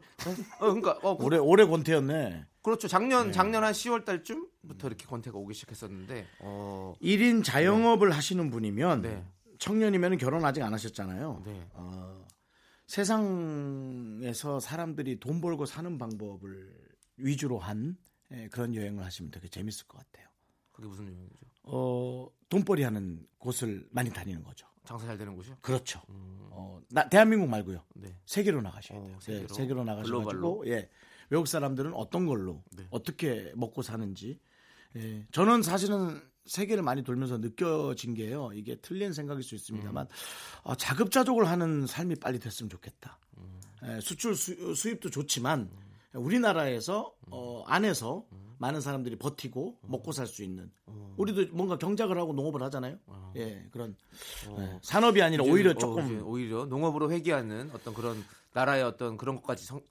S2: 어, 그러니까 어, 그-
S1: 오래 오래 권태였네. 음.
S2: 그렇죠. 작년 작년 한 10월 달쯤부터 이렇게 권태가 오기 시작했었는데 어,
S1: 1인 자영업을 하시는 분이면
S2: 네.
S1: 청년이면 결혼 아직 안 하셨잖아요.
S2: 네.
S1: 어, 세상에서 사람들이 돈 벌고 사는 방법을 위주로 한 예, 그런 여행을 하시면 되게 재밌을 것 같아요.
S2: 그게 무슨 의미죠?
S1: 어, 돈벌이 하는 곳을 많이 다니는 거죠.
S2: 장사 잘 되는 곳이요?
S1: 그렇죠. 어, 나, 대한민국 말고요.
S2: 네.
S1: 세계로 나가셔야
S2: 어,
S1: 돼요.
S2: 세계로.
S1: 네, 세계로 나가셔가지고
S2: 글로벌로.
S1: 예, 외국 사람들은 어떤 걸로
S2: 네.
S1: 어떻게 먹고 사는지 예, 저는 사실은 세계를 많이 돌면서 느껴진 게요. 이게 틀린 생각일 수 있습니다만
S2: 음.
S1: 아, 자급자족을 하는 삶이 빨리 됐으면 좋겠다. 예, 수출 수, 수입도 좋지만
S2: 음.
S1: 우리나라에서 어, 안에서 많은 사람들이 버티고
S2: 음.
S1: 먹고 살 수 있는 우리도 뭔가 경작을 하고 농업을 하잖아요. 예, 그런 예, 산업이 아니라 오히려
S2: 어. 이제는, 어,
S1: 조금
S2: 이제 오히려 농업으로 회귀하는 어떤 그런 나라의 어떤 그런 것까지 성,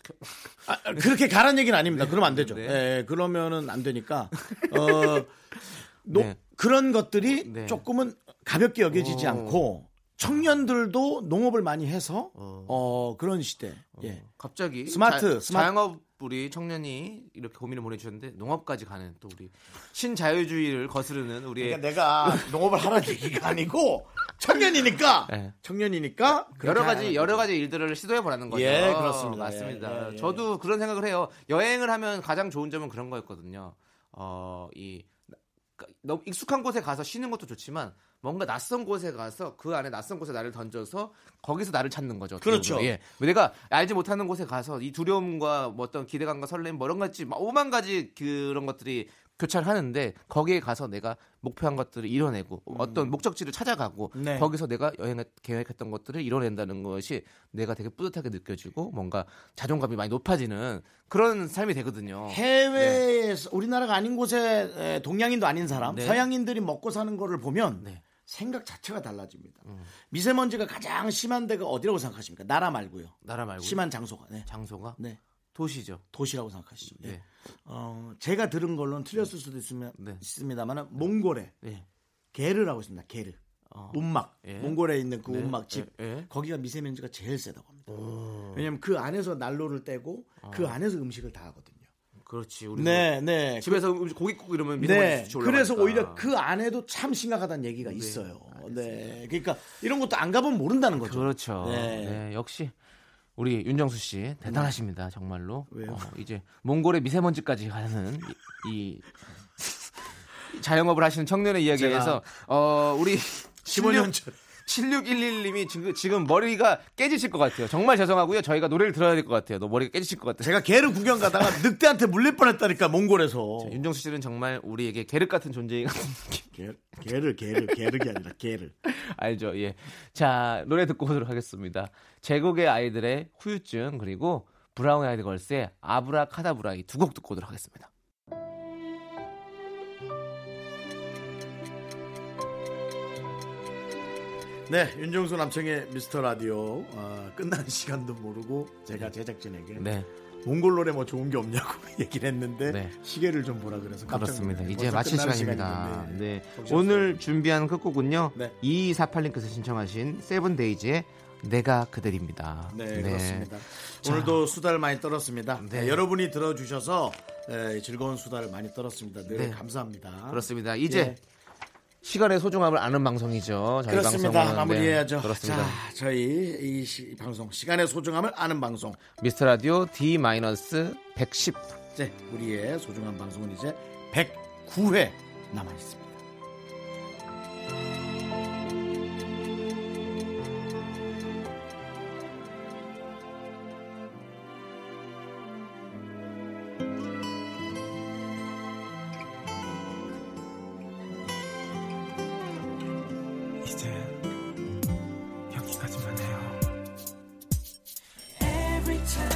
S1: 아, 그렇게 가란 얘기는 아닙니다. 그러면 안 되죠.
S2: 네.
S1: 예, 그러면은 안 되니까. 어, 노-
S2: 네.
S1: 그런 것들이
S2: 네.
S1: 조금은 가볍게 여겨지지
S2: 어.
S1: 않고 청년들도 농업을 많이 해서
S2: 어.
S1: 어, 그런 시대. 예.
S2: 갑자기
S1: 스마트,
S2: 자,
S1: 스마트.
S2: 자영업 우리 청년이 이렇게 고민을 보내주셨는데 농업까지 가는 또 우리 신자유주의를 거스르는
S1: 그러니까
S2: 우리의
S1: 내가 농업을 하라는 얘기가 아니고 청년이니까
S2: 네.
S1: 청년이니까
S2: 여러
S1: 그렇게 하라는
S2: 가지 여러 가지 일들을 시도해 보라는 거죠.
S1: 예, 그렇습니다.
S2: 맞습니다.
S1: 예, 예, 예.
S2: 저도 그런 생각을 해요. 여행을 하면 가장 좋은 점은 그런 거였거든요. 어, 이 그, 너무 익숙한 곳에 가서 쉬는 것도 좋지만 뭔가 낯선 곳에 가서 그 안에 낯선 곳에 나를 던져서 거기서 나를 찾는 거죠. 어떻게
S1: 그렇죠.
S2: 보면. 예. 내가 알지 못하는 곳에 가서 이 두려움과 뭐 어떤 기대감과 설렘 뭐 이런 가지 막 오만 가지 그런 것들이 교차를 하는데 거기에 가서 내가 목표한 것들을 이뤄내고 어떤 목적지를 찾아가고
S1: 음. 네.
S2: 거기서 내가 여행 계획했던 것들을 이뤄낸다는 것이 내가 되게 뿌듯하게 느껴지고 뭔가 자존감이 많이 높아지는 그런 삶이 되거든요.
S1: 해외에서 우리나라가 아닌 곳에 에, 동양인도 아닌 사람,
S2: 네.
S1: 서양인들이 먹고 사는 거를 보면
S2: 네. 음.
S1: 생각 자체가 달라집니다. 미세먼지가 가장 심한 데가 어디라고 생각하십니까? 나라 말고요.
S2: 나라 말고
S1: 심한 장소가. 네.
S2: 장소가
S1: 네.
S2: 도시죠.
S1: 도시라고 생각하시죠. 예.
S2: 네.
S1: 어, 제가 들은 걸로는 틀렸을 수도 있으면,
S2: 네.
S1: 있습니다만 몽골에
S2: 예.
S1: 게르라고 있습니다. 게르.
S2: 어.
S1: 운막.
S2: 예.
S1: 몽골에 있는 그
S2: 네.
S1: 운막 집.
S2: 예, 예.
S1: 거기가 미세먼지가 제일 세다고 합니다. 왜냐면 그 안에서 난로를 떼고
S2: 아.
S1: 그 안에서 음식을 다 하거든요.
S2: 그렇지. 우리
S1: 네, 네.
S2: 집에서 음식 고기 국 이러면 미세먼지
S1: 네.
S2: 수치 올라가니까.
S1: 그래서 오히려 그 안에도 참 심각하다는 얘기가 있어요. 네. 그러니까 이런 것도 안 가보면 모른다는 거죠.
S2: 그렇죠.
S1: 네.
S2: 네. 역시 우리 윤정수 씨 대단하십니다. 정말로.
S1: 네. 왜요?
S2: 어, 이제 몽골의 미세먼지까지 가는 이, 이 자영업을 하시는 청년의 이야기에서 어 우리
S1: 15년 전.
S2: 7611님이 지금, 지금 머리가 깨지실 것 같아요. 정말 죄송하고요. 저희가 노래를 들어야 될 것 같아요. 너 머리가 깨지실 것 같아요.
S1: 제가 개를 구경 가다가 늑대한테 물릴 뻔했다니까 몽골에서.
S2: 자, 윤정수 씨는 정말 우리에게 게르 같은 존재인 같은 느낌.
S1: 개, 개를 개를 개르기 아니라 개를.
S2: 알죠? 예. 자 노래 듣고 오도록 하겠습니다. 제국의 아이들의 후유증 그리고 브라운 아이드 걸스의 아브라카다브라이 두 곡 듣고 오도록 하겠습니다.
S1: 네, 윤정수 남청의 미스터 라디오 어, 끝난 시간도 모르고 제가 제작진에게
S2: 네.
S1: 몽골 노래 뭐 좋은 게 없냐고 얘기를 했는데
S2: 네.
S1: 시계를 좀 보라 그래서 깜짝
S2: 그렇습니다.
S1: 놀랐네요.
S2: 이제
S1: 벌써
S2: 마칠
S1: 끝나는
S2: 시간입니다.
S1: 시간이
S2: 네.
S1: 됐네. 혹시
S2: 오늘 준비한 끝곡은요.
S1: 네.
S2: 2248님께서 신청하신 세븐데이즈의 내가 그들입니다.
S1: 네, 그렇습니다. 오늘도 수다를 많이 떨었습니다.
S2: 네.
S1: 네, 여러분이 들어주셔서 에, 즐거운 수다를 많이 떨었습니다. 늘
S2: 네.
S1: 감사합니다.
S2: 그렇습니다. 이제
S1: 예.
S2: 시간의 소중함을 아는 방송이죠. 저희
S1: 그렇습니다.
S2: 방송은. 네,
S1: 마무리해야죠.
S2: 그렇습니다.
S1: 자, 저희 이 시- 방송 시간의 소중함을 아는 방송.
S2: 미스터 라디오 D-110.
S1: 이제 우리의 소중한 방송은 이제 109회 남아 있습니다.
S10: 이제 여기까지만 해요.
S11: Every time Oh, Oh,